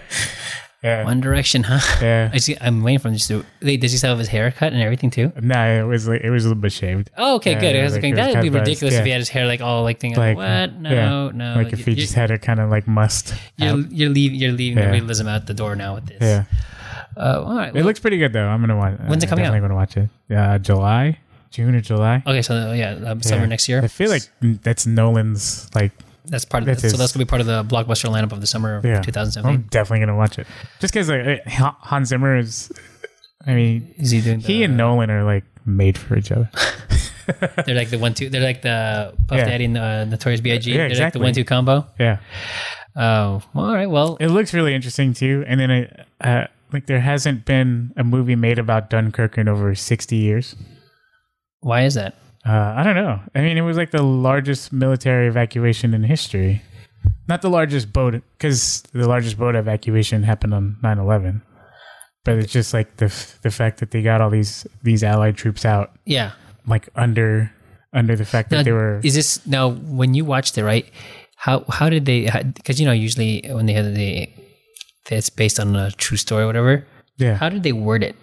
One Direction, huh? Yeah. I see. I'm waiting for him just to. Wait, does he still have his haircut and everything too? no, it was like, it was a little bit shaved. Oh, okay, Yeah, good. I was like, thinking it was that would be kind of ridiculous biased, if he yeah. had his hair like all like thinking, like, what? No, yeah. no. Like if he you- just had a kind of like must. you're, you're, you're leaving, you're leaving Yeah. the realism out the door now with this. Yeah, Uh, all right. it well- looks pretty good though. I'm gonna watch. When's it coming out? I'm gonna watch it. Uh, July, June or July. okay, so uh, yeah, um, summer Yeah. next year. I feel like that's Nolan's like That's part of That the, so is- that's gonna be part of the blockbuster lineup of the summer of Yeah, I'm 2017. definitely gonna watch it just because like, uh, Hans Zimmer is. I mean, Is he doing? Oh, he the- and Nolan are like made for each other. They're like the one two. They're like the Puff Yeah. Daddy and uh, Notorious B.I.G. Yeah, they're like the exactly. one two combo. Yeah, Oh, well, all right. Well, it looks really interesting too. And then it, uh, like there hasn't been a movie made about Dunkirk in over sixty years. why is that? Uh, I don't know. I mean, it was like the largest military evacuation in history. Not the largest boat, because the largest boat evacuation happened on 9 11. But it's just like the f- the fact that they got all these these allied troops out, Yeah. like under under the fact that Now, they were. Is this now when you watched it, right? How how did they? Because you know, usually when they have the, it's based on a true story, or whatever. How Yeah. did they word it?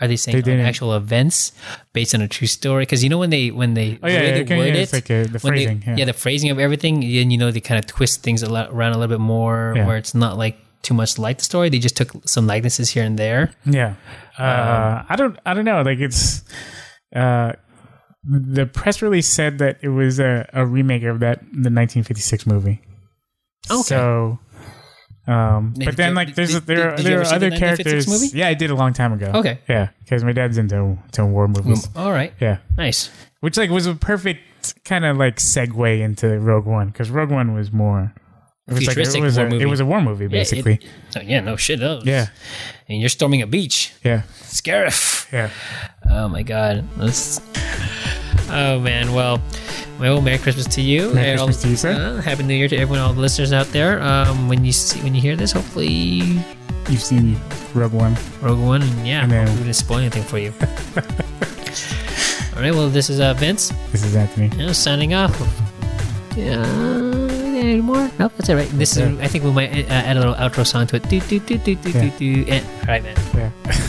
Are they saying They on didn't. actual events based on a true story? Because you know when they when they Oh, yeah, the way yeah, they okay, word yeah, it, it's like, uh, the when they- phrasing, yeah. the phrasing of everything, and you know they kind of twist things a lot, around a little bit more, Yeah. where it's not like too much like the story. They just took some likenesses here and there. Yeah. Um, Uh, I don't I don't know. Like it's. Uh, the press release said that it was a, a remake of that the 1956 movie. Okay. So, um, Did but then you- like there's did- there did- are did you there ever are see the other 1956 characters. movie? Yeah, I did a long time ago. Okay. Mm. Yeah, because my dad's into into war movies. All right, Yeah, nice. which like was a perfect kind of like segue into Rogue One because Rogue One was more. It was like it Futuristic was war a movie. it was a war movie Yeah, it- basically. oh, yeah, no shit. that was- Yeah, and you're storming a beach, yeah, Scarif. yeah. Oh my god. That's Oh man, well, well, Merry Christmas to you. Merry and all- Christmas to you, sir. Uh, Happy New Year to everyone, all the listeners out there. Um, when you see, when you hear this, hopefully You've seen Rogue One. Rogue One, and yeah, I know. hopefully we didn't spoil anything for you. all right, well, this is uh, Vince. This is Anthony. You know, signing off. Yeah, any more? Nope, that's all right. This is. I think we might uh, add a little outro song to it. Do do do do do Yeah. do do. And, all right, man. Yeah.